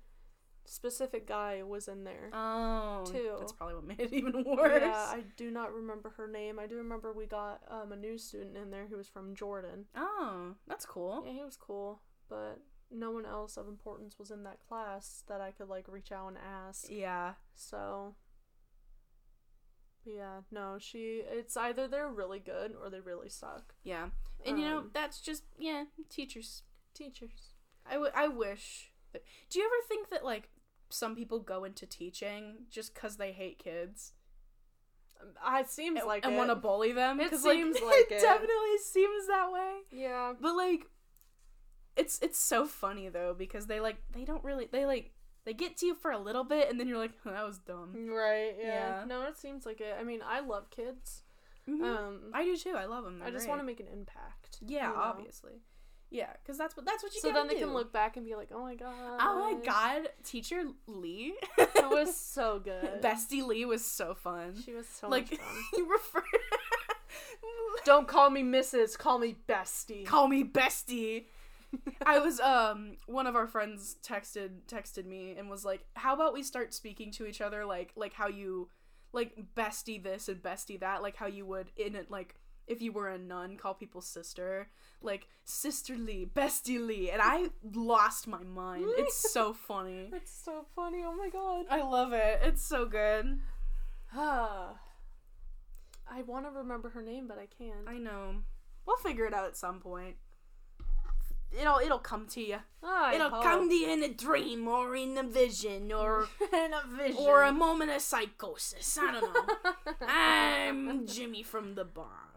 specific guy was in there. Oh, Two. That's probably what made it even worse. Yeah, I do not remember her name. I do remember we got um, a new student in there who was from Jordan. oh, that's cool. Yeah, he was cool, but no one else of importance was in that class that I could like reach out and ask. Yeah. So but yeah, no, she it's either they're really good or they really suck. Yeah. And you know, Um, that's just yeah, teachers. Teachers. I w- I wish. That- Do you ever think that like some people go into teaching just cuz they hate kids Um, I it seems and, like and it. want to bully them? It 'Cause, seems like it it. definitely seems that way. Yeah. But like it's it's so funny though because they like they don't really they like they get to you for a little bit and then you're like, "That was dumb." Right, yeah. Yeah. No, it seems like it. I mean, I love kids. Mhm. Um I do too. I love them. I just want to make an impact. Yeah, you know? obviously. Yeah, cuz that's what that's what you So gotta then they can do. look back and be like, "Oh my god." Oh my god, teacher Lee. It was so good. Bestie Lee was so fun. She was so like much fun. you refer Don't call me Mrs. Call me Bestie. call me Bestie. I was um one of our friends texted texted me and was like, "How about we start speaking to each other like like how you like bestie this and bestie that, like how you would in it like if you were a nun call people sister, like sisterly, bestiely." And I lost my mind. It's so funny. That's so funny. Oh my god. I love it. It's so good. Ah. I want to remember her name, but I can't. I know. We'll figure it out at some point. It'll it'll come to you. Ah, I it'll hope. come to you in a dream or in a vision or in a vision. or a Ah. moment of psychosis. I don't know. I'm Jimmy from the bar.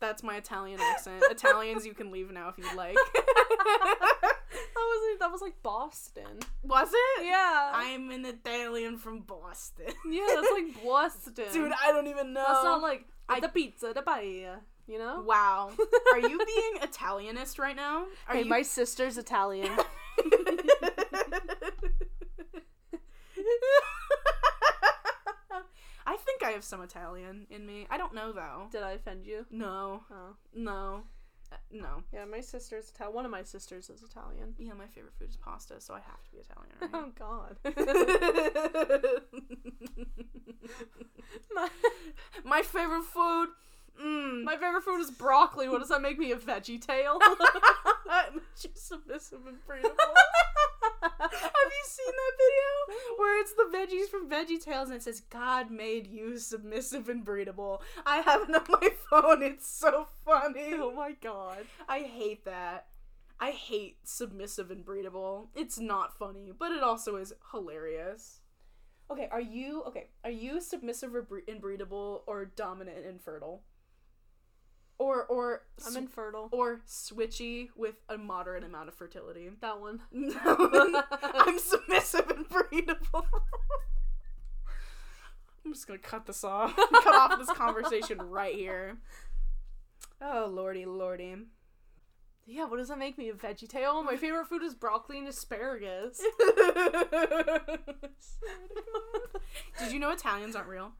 That's my Italian accent. Italians, you can leave now if you'd like. that was that was like Boston. Was it? Yeah. I'm an Italian from Boston. yeah, that's like Boston. Dude, I don't even know. that's not like I- the pizza, the paella. You know. Wow. Are you being Italianist right now? Are hey, you my sister's Italian. I think I have some Italian in me. I don't know though. Did I offend you? No, Oh. no, Uh, no. Yeah, my sister's Italian. One of my sisters is Italian. Yeah, my favorite food is pasta, so I have to be Italian, Oh God. right? my, my favorite food. Mm. my favorite food is broccoli. What does that make me a veggie tail? Just submissive and Have you seen that video where it's the veggies from Veggie Tales and it says God made you submissive and breedable? I have it on my phone. It's so funny. oh my God. I hate that. I hate submissive and breedable. It's not funny, but it also is hilarious. Okay, are you okay? Are you submissive or bre- and breedable or dominant and infertile? Or or I'm sw- infertile. or switchy with a moderate amount of fertility. That one. No, I'm submissive and breedable. I'm just gonna cut this off. cut off this conversation right here. Oh lordy, lordy. Yeah, what does that make me a veggie tail? My favorite food is broccoli and asparagus. Did you know Italians aren't real?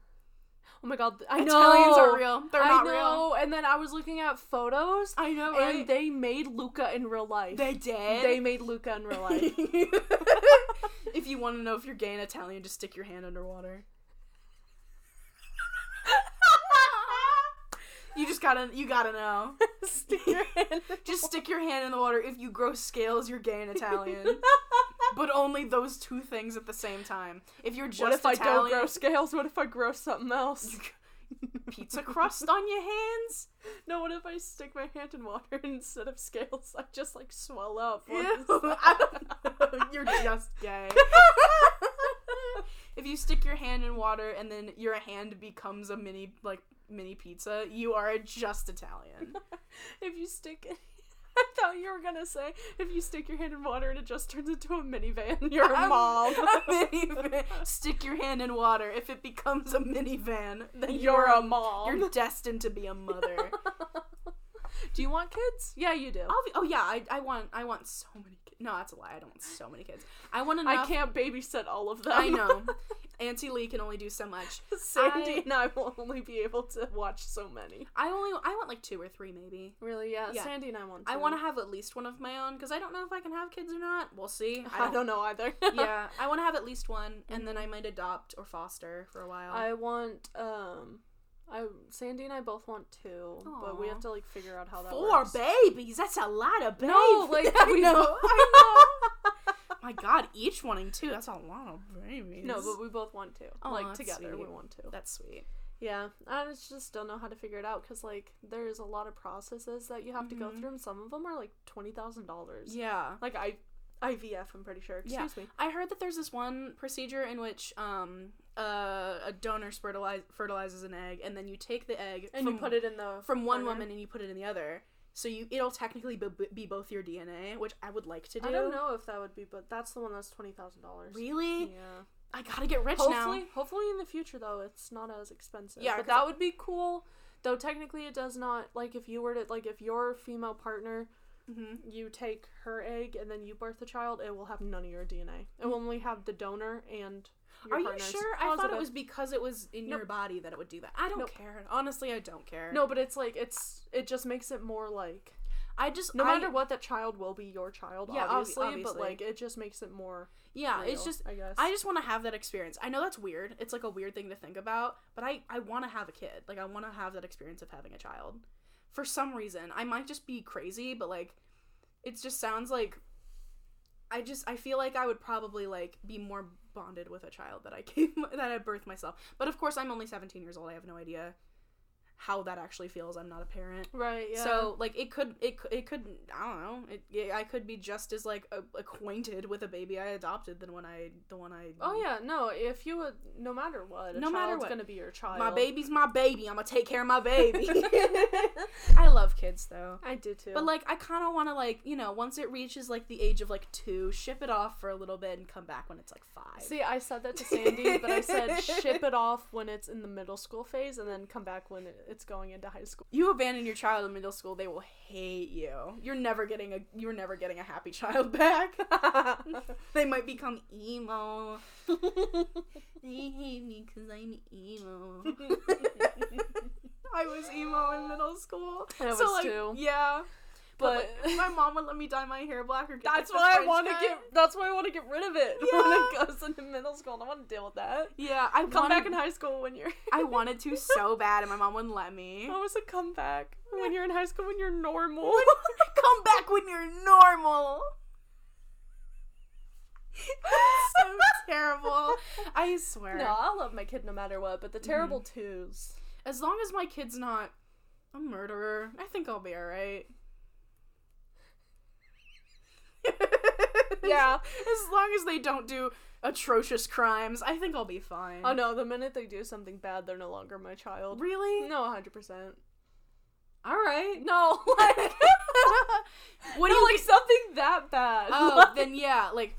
Oh my God. I know. Italians are real. They're I not real. know. And then I was looking at photos, I know, and they made Luca in real life. they did. Oh, They made Luca in real life. if you want to know if you're gay and Italian, just stick your hand underwater. you just gotta, you gotta know. Stick your hand. Just stick your hand in the water. If you grow scales, you're gay and Italian. but only those two things at the same time. If you're just what if I don't Italian, grow scales? What if I grow something else? pizza crust on your hands. No, what if I stick my hand in water and instead of scales? I just like swell up. What Ew, is that? I don't know. You're just gay. if you stick your hand in water and then your hand becomes a mini like mini pizza, you are just Italian. if you stick I thought you were gonna say if you stick your hand in water and it just turns into a minivan, you're a I'm- mom. a minivan. Stick your hand in water. If it becomes a minivan, then You're a mom. You're destined to be a mother. do you want kids? Yeah, you do. Obvi- oh yeah, I, I want I want so many kids. No, that's a lie. I don't want so many kids. I want enough. I can't babysit all of them. I know. Auntie Lee can only do so much. Sandy I- and I will only be able to watch so many. I only I want like two or three maybe. Really, yeah. Yeah. Sandy and I want. I to. want to have at least one of my own because I don't know if I can have kids or not. We'll see. I don't know either. yeah, I want to have at least one, and then I might adopt or foster for a while. I want um I Sandy and I both want two, but we Aw. have to like figure out how that Four works. babies. That's a lot of babies. No, like, I we know. both- I know. My God, each wanting two. That's a lot of babies. No, but we both want two. Aw, like that's together we sweet. want two. that's sweet. Yeah. I just- just don't know how to figure it out cuz like there's a lot of processes that you have to go Mhm. through and some of them are like $20,000. Yeah. Like I IVF, I'm pretty sure. Yeah. Excuse me. I heard that there's this one procedure in which um uh, a donor fertilize, fertilizes an egg, and then you take the egg And you put it in the from one burner. woman and you put it in the other. So you it'll technically be, be both your DNA, which I would like to do. I don't know if that would be, but that's the one that's twenty thousand dollars. Really? Yeah. I gotta get rich Hopefully, now. hopefully in the future though, it's not as expensive. Yeah, but 'cause that would be cool. Though technically, it does not. Like if you were to like if your female partner, Mm-hmm. you take her egg and then you birth the child, it will have none of your DNA. It will only have the donor and. Your Are you partner's. sure? I thought it Positive. was because it was in Nope. your body that it would do that. I don't Nope. care. Honestly, I don't care. No, but it's like it's it just makes it more like I just no I- matter what that child will be your child Yeah, obvi- obviously, but obviously. like it just makes it more Yeah, it's real, just I guess I just want to have that experience. I know that's weird. It's like a weird thing to think about, but I I want to have a kid. Like I want to have that experience of having a child. For some reason, I might just be crazy, but like it just sounds like I just I feel like I would probably like be more bonded with a child that I came that I birthed myself. But of course, I'm only 17 years old. I have no idea how that actually feels. I'm not a parent. right yeah So like it could it c- it could I don't know it, it I could be just as like a, acquainted with a baby I adopted than when I the one I oh yeah no if you would no matter what a No matter child's what. gonna be your child my baby's my baby I'm gonna take care of my baby I love kids though I do too but like I kind of want to like you know once it reaches like the age of like two ship it off for a little bit and come back when it's like five See, I said that to Sandy, but I said ship it off when it's in the middle school phase and then come back when it- it's going into high school. you abandon your child in middle school they will hate you you're never getting a you're never getting a happy child back they might become emo. They hate me because I'm emo. I was emo in middle school. I was like, too. Yeah, but, But- like, my mom would let me dye my hair black or get That's like, the why I French want to cut. get. That's why I want to get rid of it when Yeah. it goes into middle school. I don't want to deal with that. Yeah, I Come wanted, back in high school when you're. I wanted to so bad, and my mom wouldn't let me. I was a comeback when you're in high school when you're normal. Come back when you're normal. so terrible. I swear. no, I love my kid no matter what, but the terrible twos. As long as my kid's not a murderer, I think I'll be alright. Yeah. As long as they don't do atrocious crimes, I think I'll be fine. Oh no, the minute they do something bad, they're no longer my child. Really? No, hundred percent. Alright. No, like. What do no, you like something that bad. Oh, Like- then yeah, like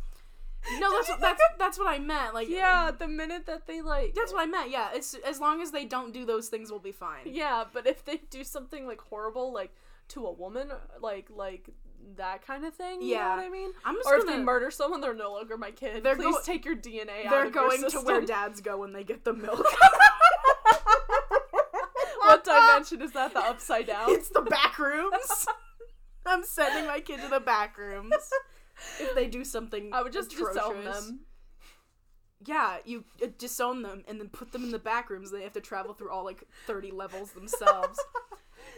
No, that's that's that's what I meant. Like Yeah, the minute that they like That's what I meant, yeah. As as long as they don't do those things we'll be fine. Yeah, but if they do something like horrible like to a woman like like that kind of thing, you know Yeah. what I mean? I'm just Or if gonna they murder someone, they're no longer my kid. They're Please go- take your DNA out They're of your going to system. where dads go when they get the milk. What dimension is that? The upside down? It's the back rooms. I'm sending my kid to the back rooms if they do something. I would just disown atrocious. them. Yeah, you uh, disown them and then put them in the back rooms. And they have to travel through all like 30 levels themselves.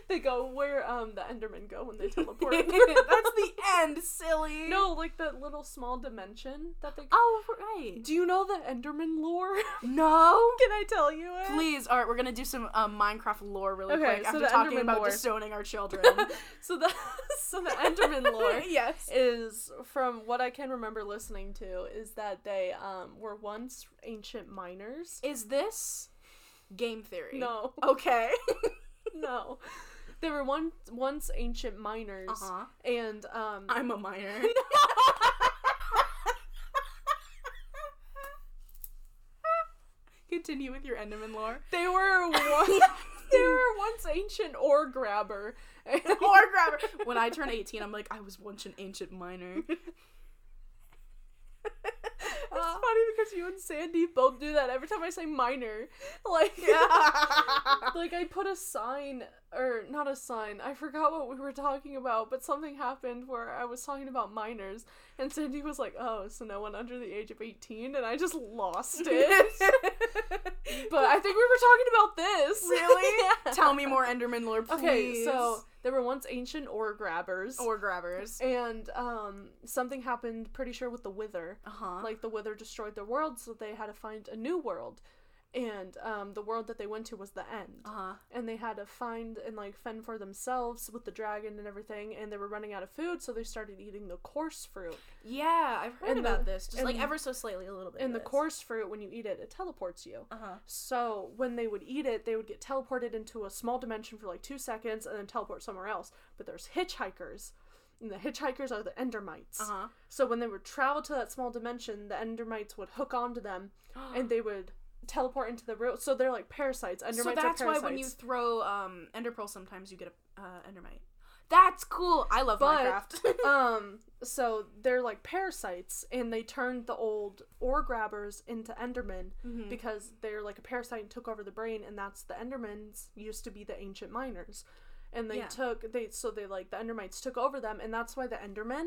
They go where um the Endermen go when they That's teleport. the end, silly. no, like that little small dimension that they. Oh right. Do you know the Enderman lore? No. Can I tell you it? Please, all right, we're gonna do some um, Minecraft lore really Okay, quick so after the talking Enderman about lore. disowning our children. so the so the Enderman lore yes. is from what I can remember listening to is that they um were once ancient miners. Is this game theory? No, Okay. no, they were once once ancient miners, Uh-huh. and um I'm a minor. Continue with your Enderman lore. they were once they were once ancient ore grabber. Lore grabber. When I turn 18, I'm like, I was once an ancient minor. It's funny because you and Sandy both do that every time I say minor. Like, like I put a sign or not a sign. I forgot what we were talking about, but something happened where I was talking about minors, and Sandy was like, "Oh, so no one under the age of 18," and I just lost it. but I think we were talking about this. Really? Yeah. Tell me more Enderman lore, please. Okay, so there were once ancient ore grabbers. or grabbers. and um, something happened, pretty sure, with the Wither. Uh huh. Like the Wither destroyed their world, so they had to find a new world. And um, the world that they went to was the end. uh huh. And they had to find and like fend for themselves with the dragon and everything. And they were running out of food, so they started eating the coarse fruit. Yeah, I've heard And about the- this, just and- like ever so slightly, a little bit. and the coarse fruit, when you eat it, it teleports you. Uh huh. So when they would eat it, they would get teleported into a small dimension for like two seconds and then teleport somewhere else. But there's hitchhikers. And the hitchhikers are the Endermites. Uh huh. So when they would travel to that small dimension, the Endermites would hook onto them and they would teleport into the real. So they're like parasites. Endermites So that's are why parasites. when you throw um ender pearl, sometimes you get a uh, endermite. That's cool. I love But- Minecraft. um, so they're like parasites, and they turned the old ore grabbers into Endermen Mm-hmm. because they're like a parasite and took over the brain, and that's the Endermans used to be the ancient miners, and they Yeah. took they so they like the Endermites took over them, and that's why the Endermen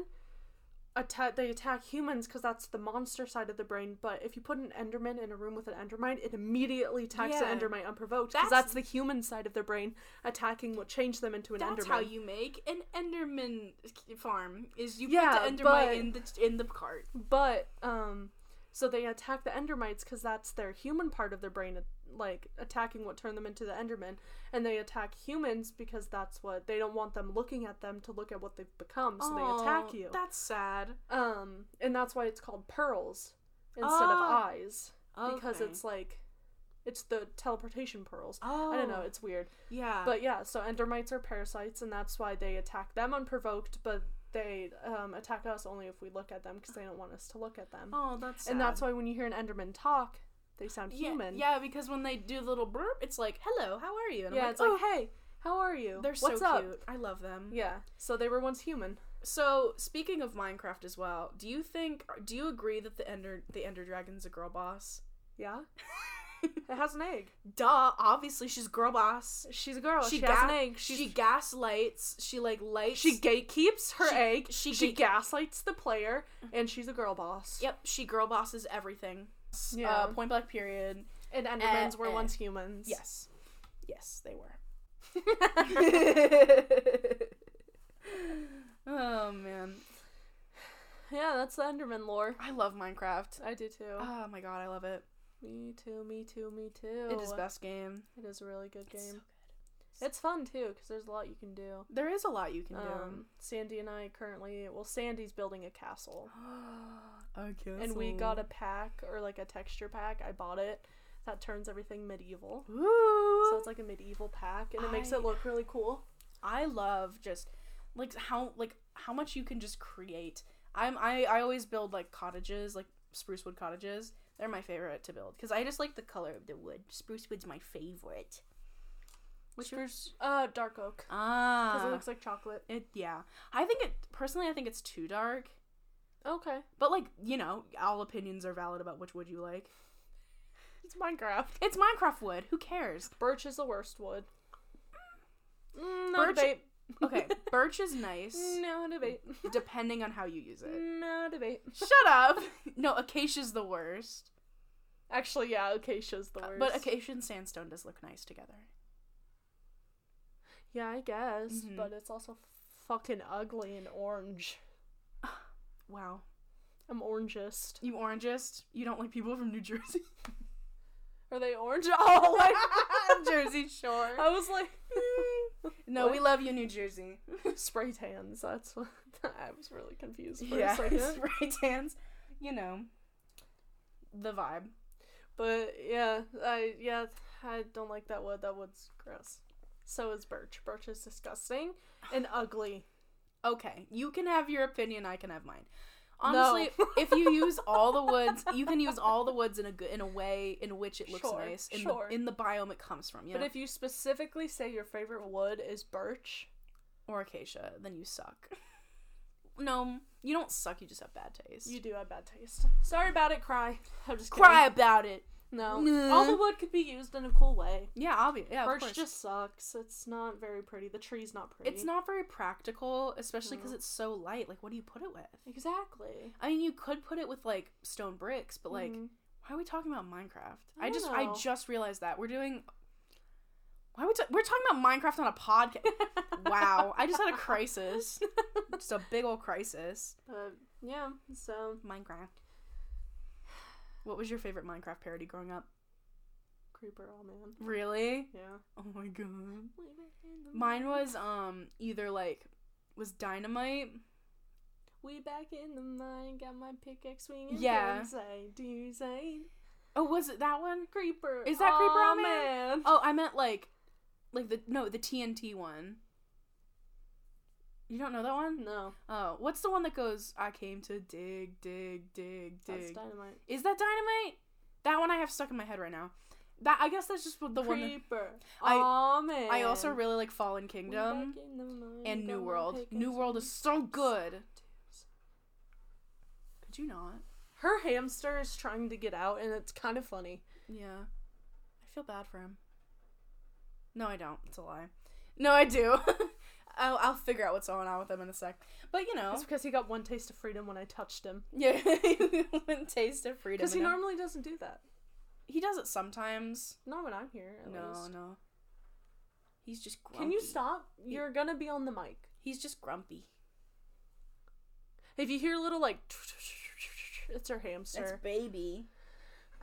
attack they attack humans because that's the monster side of the brain. But if you put an Enderman in a room with an Endermite, it immediately attacks Yeah. the Endermite unprovoked because that's, That's- the human side of the brain attacking what changed them into an That's Enderman. how you make an enderman farm. Is you Yeah, put the endermite but- in the in the cart. But um, so they attack the Endermites because that's their human part of their brain, like attacking what turned them into the Endermen, and they attack humans because that's what they don't want them looking at them to look at what they've become, so they attack Aw, you. That's sad. um, and that's why it's called pearls instead of Ah, eyes because Okay. it's like it's the teleportation pearls. oh I don't know, it's weird. yeah. But yeah, so Endermites are parasites, and that's why they attack them unprovoked, but they um, attack us only if we look at them because they don't want us to look at them. oh that's sad. And that's why when you hear an Enderman talk, they sound yeah, human. Yeah, because when they do the little burp, it's like hello, how are you? And yeah. I'm it's like, like, hey, how are you? oh, they're so What's up? cute. I love them. Yeah. So they were once human. So speaking of Minecraft as well, do you think do you agree that the Ender the Ender Dragon's a girl boss? Yeah. it has an egg. Duh, obviously she's girl boss. She's a girl. Oh, She, ga- has an egg. She's, She she gaslights. She like lights. she gatekeeps her she- egg. she She gate- Mm-hmm. gaslights the player, and she's a girl boss. yep. She girl bosses everything. Yeah. Uh, point blank period. And Endermans were eh. once humans. Yes. Yes, they were. oh man, yeah, that's the Enderman lore. I love Minecraft. I do too. Oh my god, I love it. me too. Me too. Me too. It is best game. It is a really good It's so Oh. game. good. It's fun too because there's a lot you can do. There is a lot you can Um, Sandy and I currently, well, Sandy's building a castle, do. okay. and we got a pack or like a texture pack. I bought it that turns everything medieval, Ooh. so it's like a medieval pack, and it makes I- it look really cool. I love just like how like how much you can just create. I'm I, I always build like cottages, like spruce wood cottages. They're my favorite to build because I just like the color of the wood. Spruce wood's my favorite. What's your- There's uh dark oak because Ah, it looks like chocolate. it yeah. I think it personally. I think it's too dark. Okay, But like you know, all opinions are valid about which wood you like. it's Minecraft. It's Minecraft wood. Who cares? Birch is the worst wood. Mm, no Birch- debate. Okay, birch is nice No debate. depending on how you use it. No debate. Shut up. No, acacia's the worst. Actually, yeah, acacia's the Uh, worst. But acacia and sandstone does look nice together. Yeah, I guess, Mhm. but it's also fucking ugly and orange. Wow. I'm orangist. You orangist? You don't like people from New Jersey? Are they orange? Oh, like Jersey Shore. I was like Oh, hmm. no, we love you, New Jersey. spray tans. That's what I was really confused for yeah, a second. spray tans. You know, the vibe. But yeah, I yeah I don't like that wood. That wood's gross. So is birch. Birch is disgusting and ugly. Okay, you can have your opinion. I can have mine. Honestly, if you use all the woods, you can use all the woods in a good in a way in which it looks Sure, nice in sure. the in the biome it comes from. You But know? if you specifically say your favorite wood is birch, or acacia, then you suck. No, You don't suck. You just have bad taste. You do have bad taste. Sorry about it, cry. I'm just kidding. about it. No. Nah. All the wood could be used in a cool way. Yeah, obviously. Yeah, of Birch course. just sucks. It's not very pretty. The tree's not pretty. it's not very practical, especially because No. it's so light. Like, what do you put it with? Exactly. I mean, you could put it with like stone bricks, but like, Mhm. why are we talking about Minecraft? I I, don't just, know. I just realized that we're doing. Why are we ta- we're talking about Minecraft on a podcast? Mm-hmm. wow, I just had a crisis. Just a big old crisis. But yeah, so Minecraft. What was your favorite Minecraft parody growing up? creeper, oh man. Really? Yeah. uh, Oh my god. Mine was um either like was dynamite. We back in the mine, got my pickaxe swinging. Yeah. Yeah. Side to side. Oh, was it that one? Creeper. Is that creeper, Aw, oh, man? Oh, I meant like like the no, the TNT one. You don't know that one? No, Oh, what's the one that goes I came to dig dig dig that's dig. dynamite. Is that dynamite? That one I have stuck in my head right now. That I guess that's just the one that- creeper. I- Aw, man. I also really like Fallen We Kingdom. back in the mine, and got New my World. pickaxe New World is swinging. so good. Could you not? Her hamster is trying to get out, and it's kind of funny. Yeah. I feel bad for him. No, I don't. It's a lie. No, I do. I'll, I'll figure out what's going on with him in a sec. But you know, It's because he got one taste of Oh. freedom when I touched him. yeah, when taste of freedom. Because he in him. normally doesn't do that. he does it sometimes. Not when I'm here. At no, least. no. He's just grumpy. Can you stop? You're gonna be on the mic. He's just grumpy. If you hear a little like, it's her hamster. baby.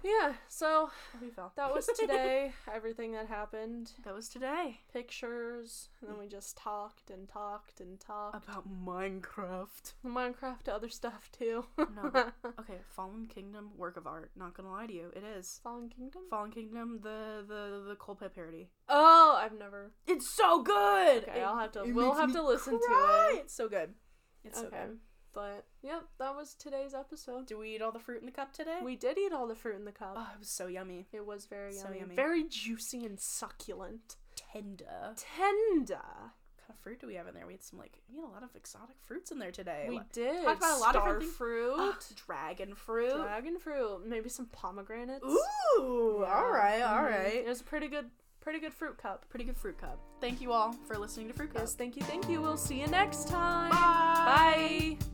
Yeah. So Oh, he fell. that was today. everything that happened, that was today pictures, and then we just talked and talked and talked. about Minecraft. Minecraft, other stuff too. No, but- Okay, Fallen Kingdom, work of art. Not gonna lie to you, it is. Fallen Kingdom. Fallen Kingdom, the the the Coldplay parody. Oh, I've never. It's so good. Okay, I'll have to. We'll have to listen to it. It's so good. It's okay. so good. But yep, that was today's episode. Do we eat all the fruit in the cup today? We did eat all the fruit in the cup. Oh, it was so yummy. It was very So Ah. yummy. yummy. Very juicy and succulent. Tender. What Tender. kind of fruit do we have in there? We had some like we had a lot of exotic fruits in there today. We Like, did. talked about a lot of Star different things. fruit. ah, dragon fruit. Dragon fruit. Maybe some pomegranates. Ooh, Yeah. all right, all Mhm. right. It was a pretty good pretty good fruit cup. Pretty good fruit cup. Thank you all for listening to Fruit Cup. Yes, thank you, thank you. We'll see you next time. Bye. Bye.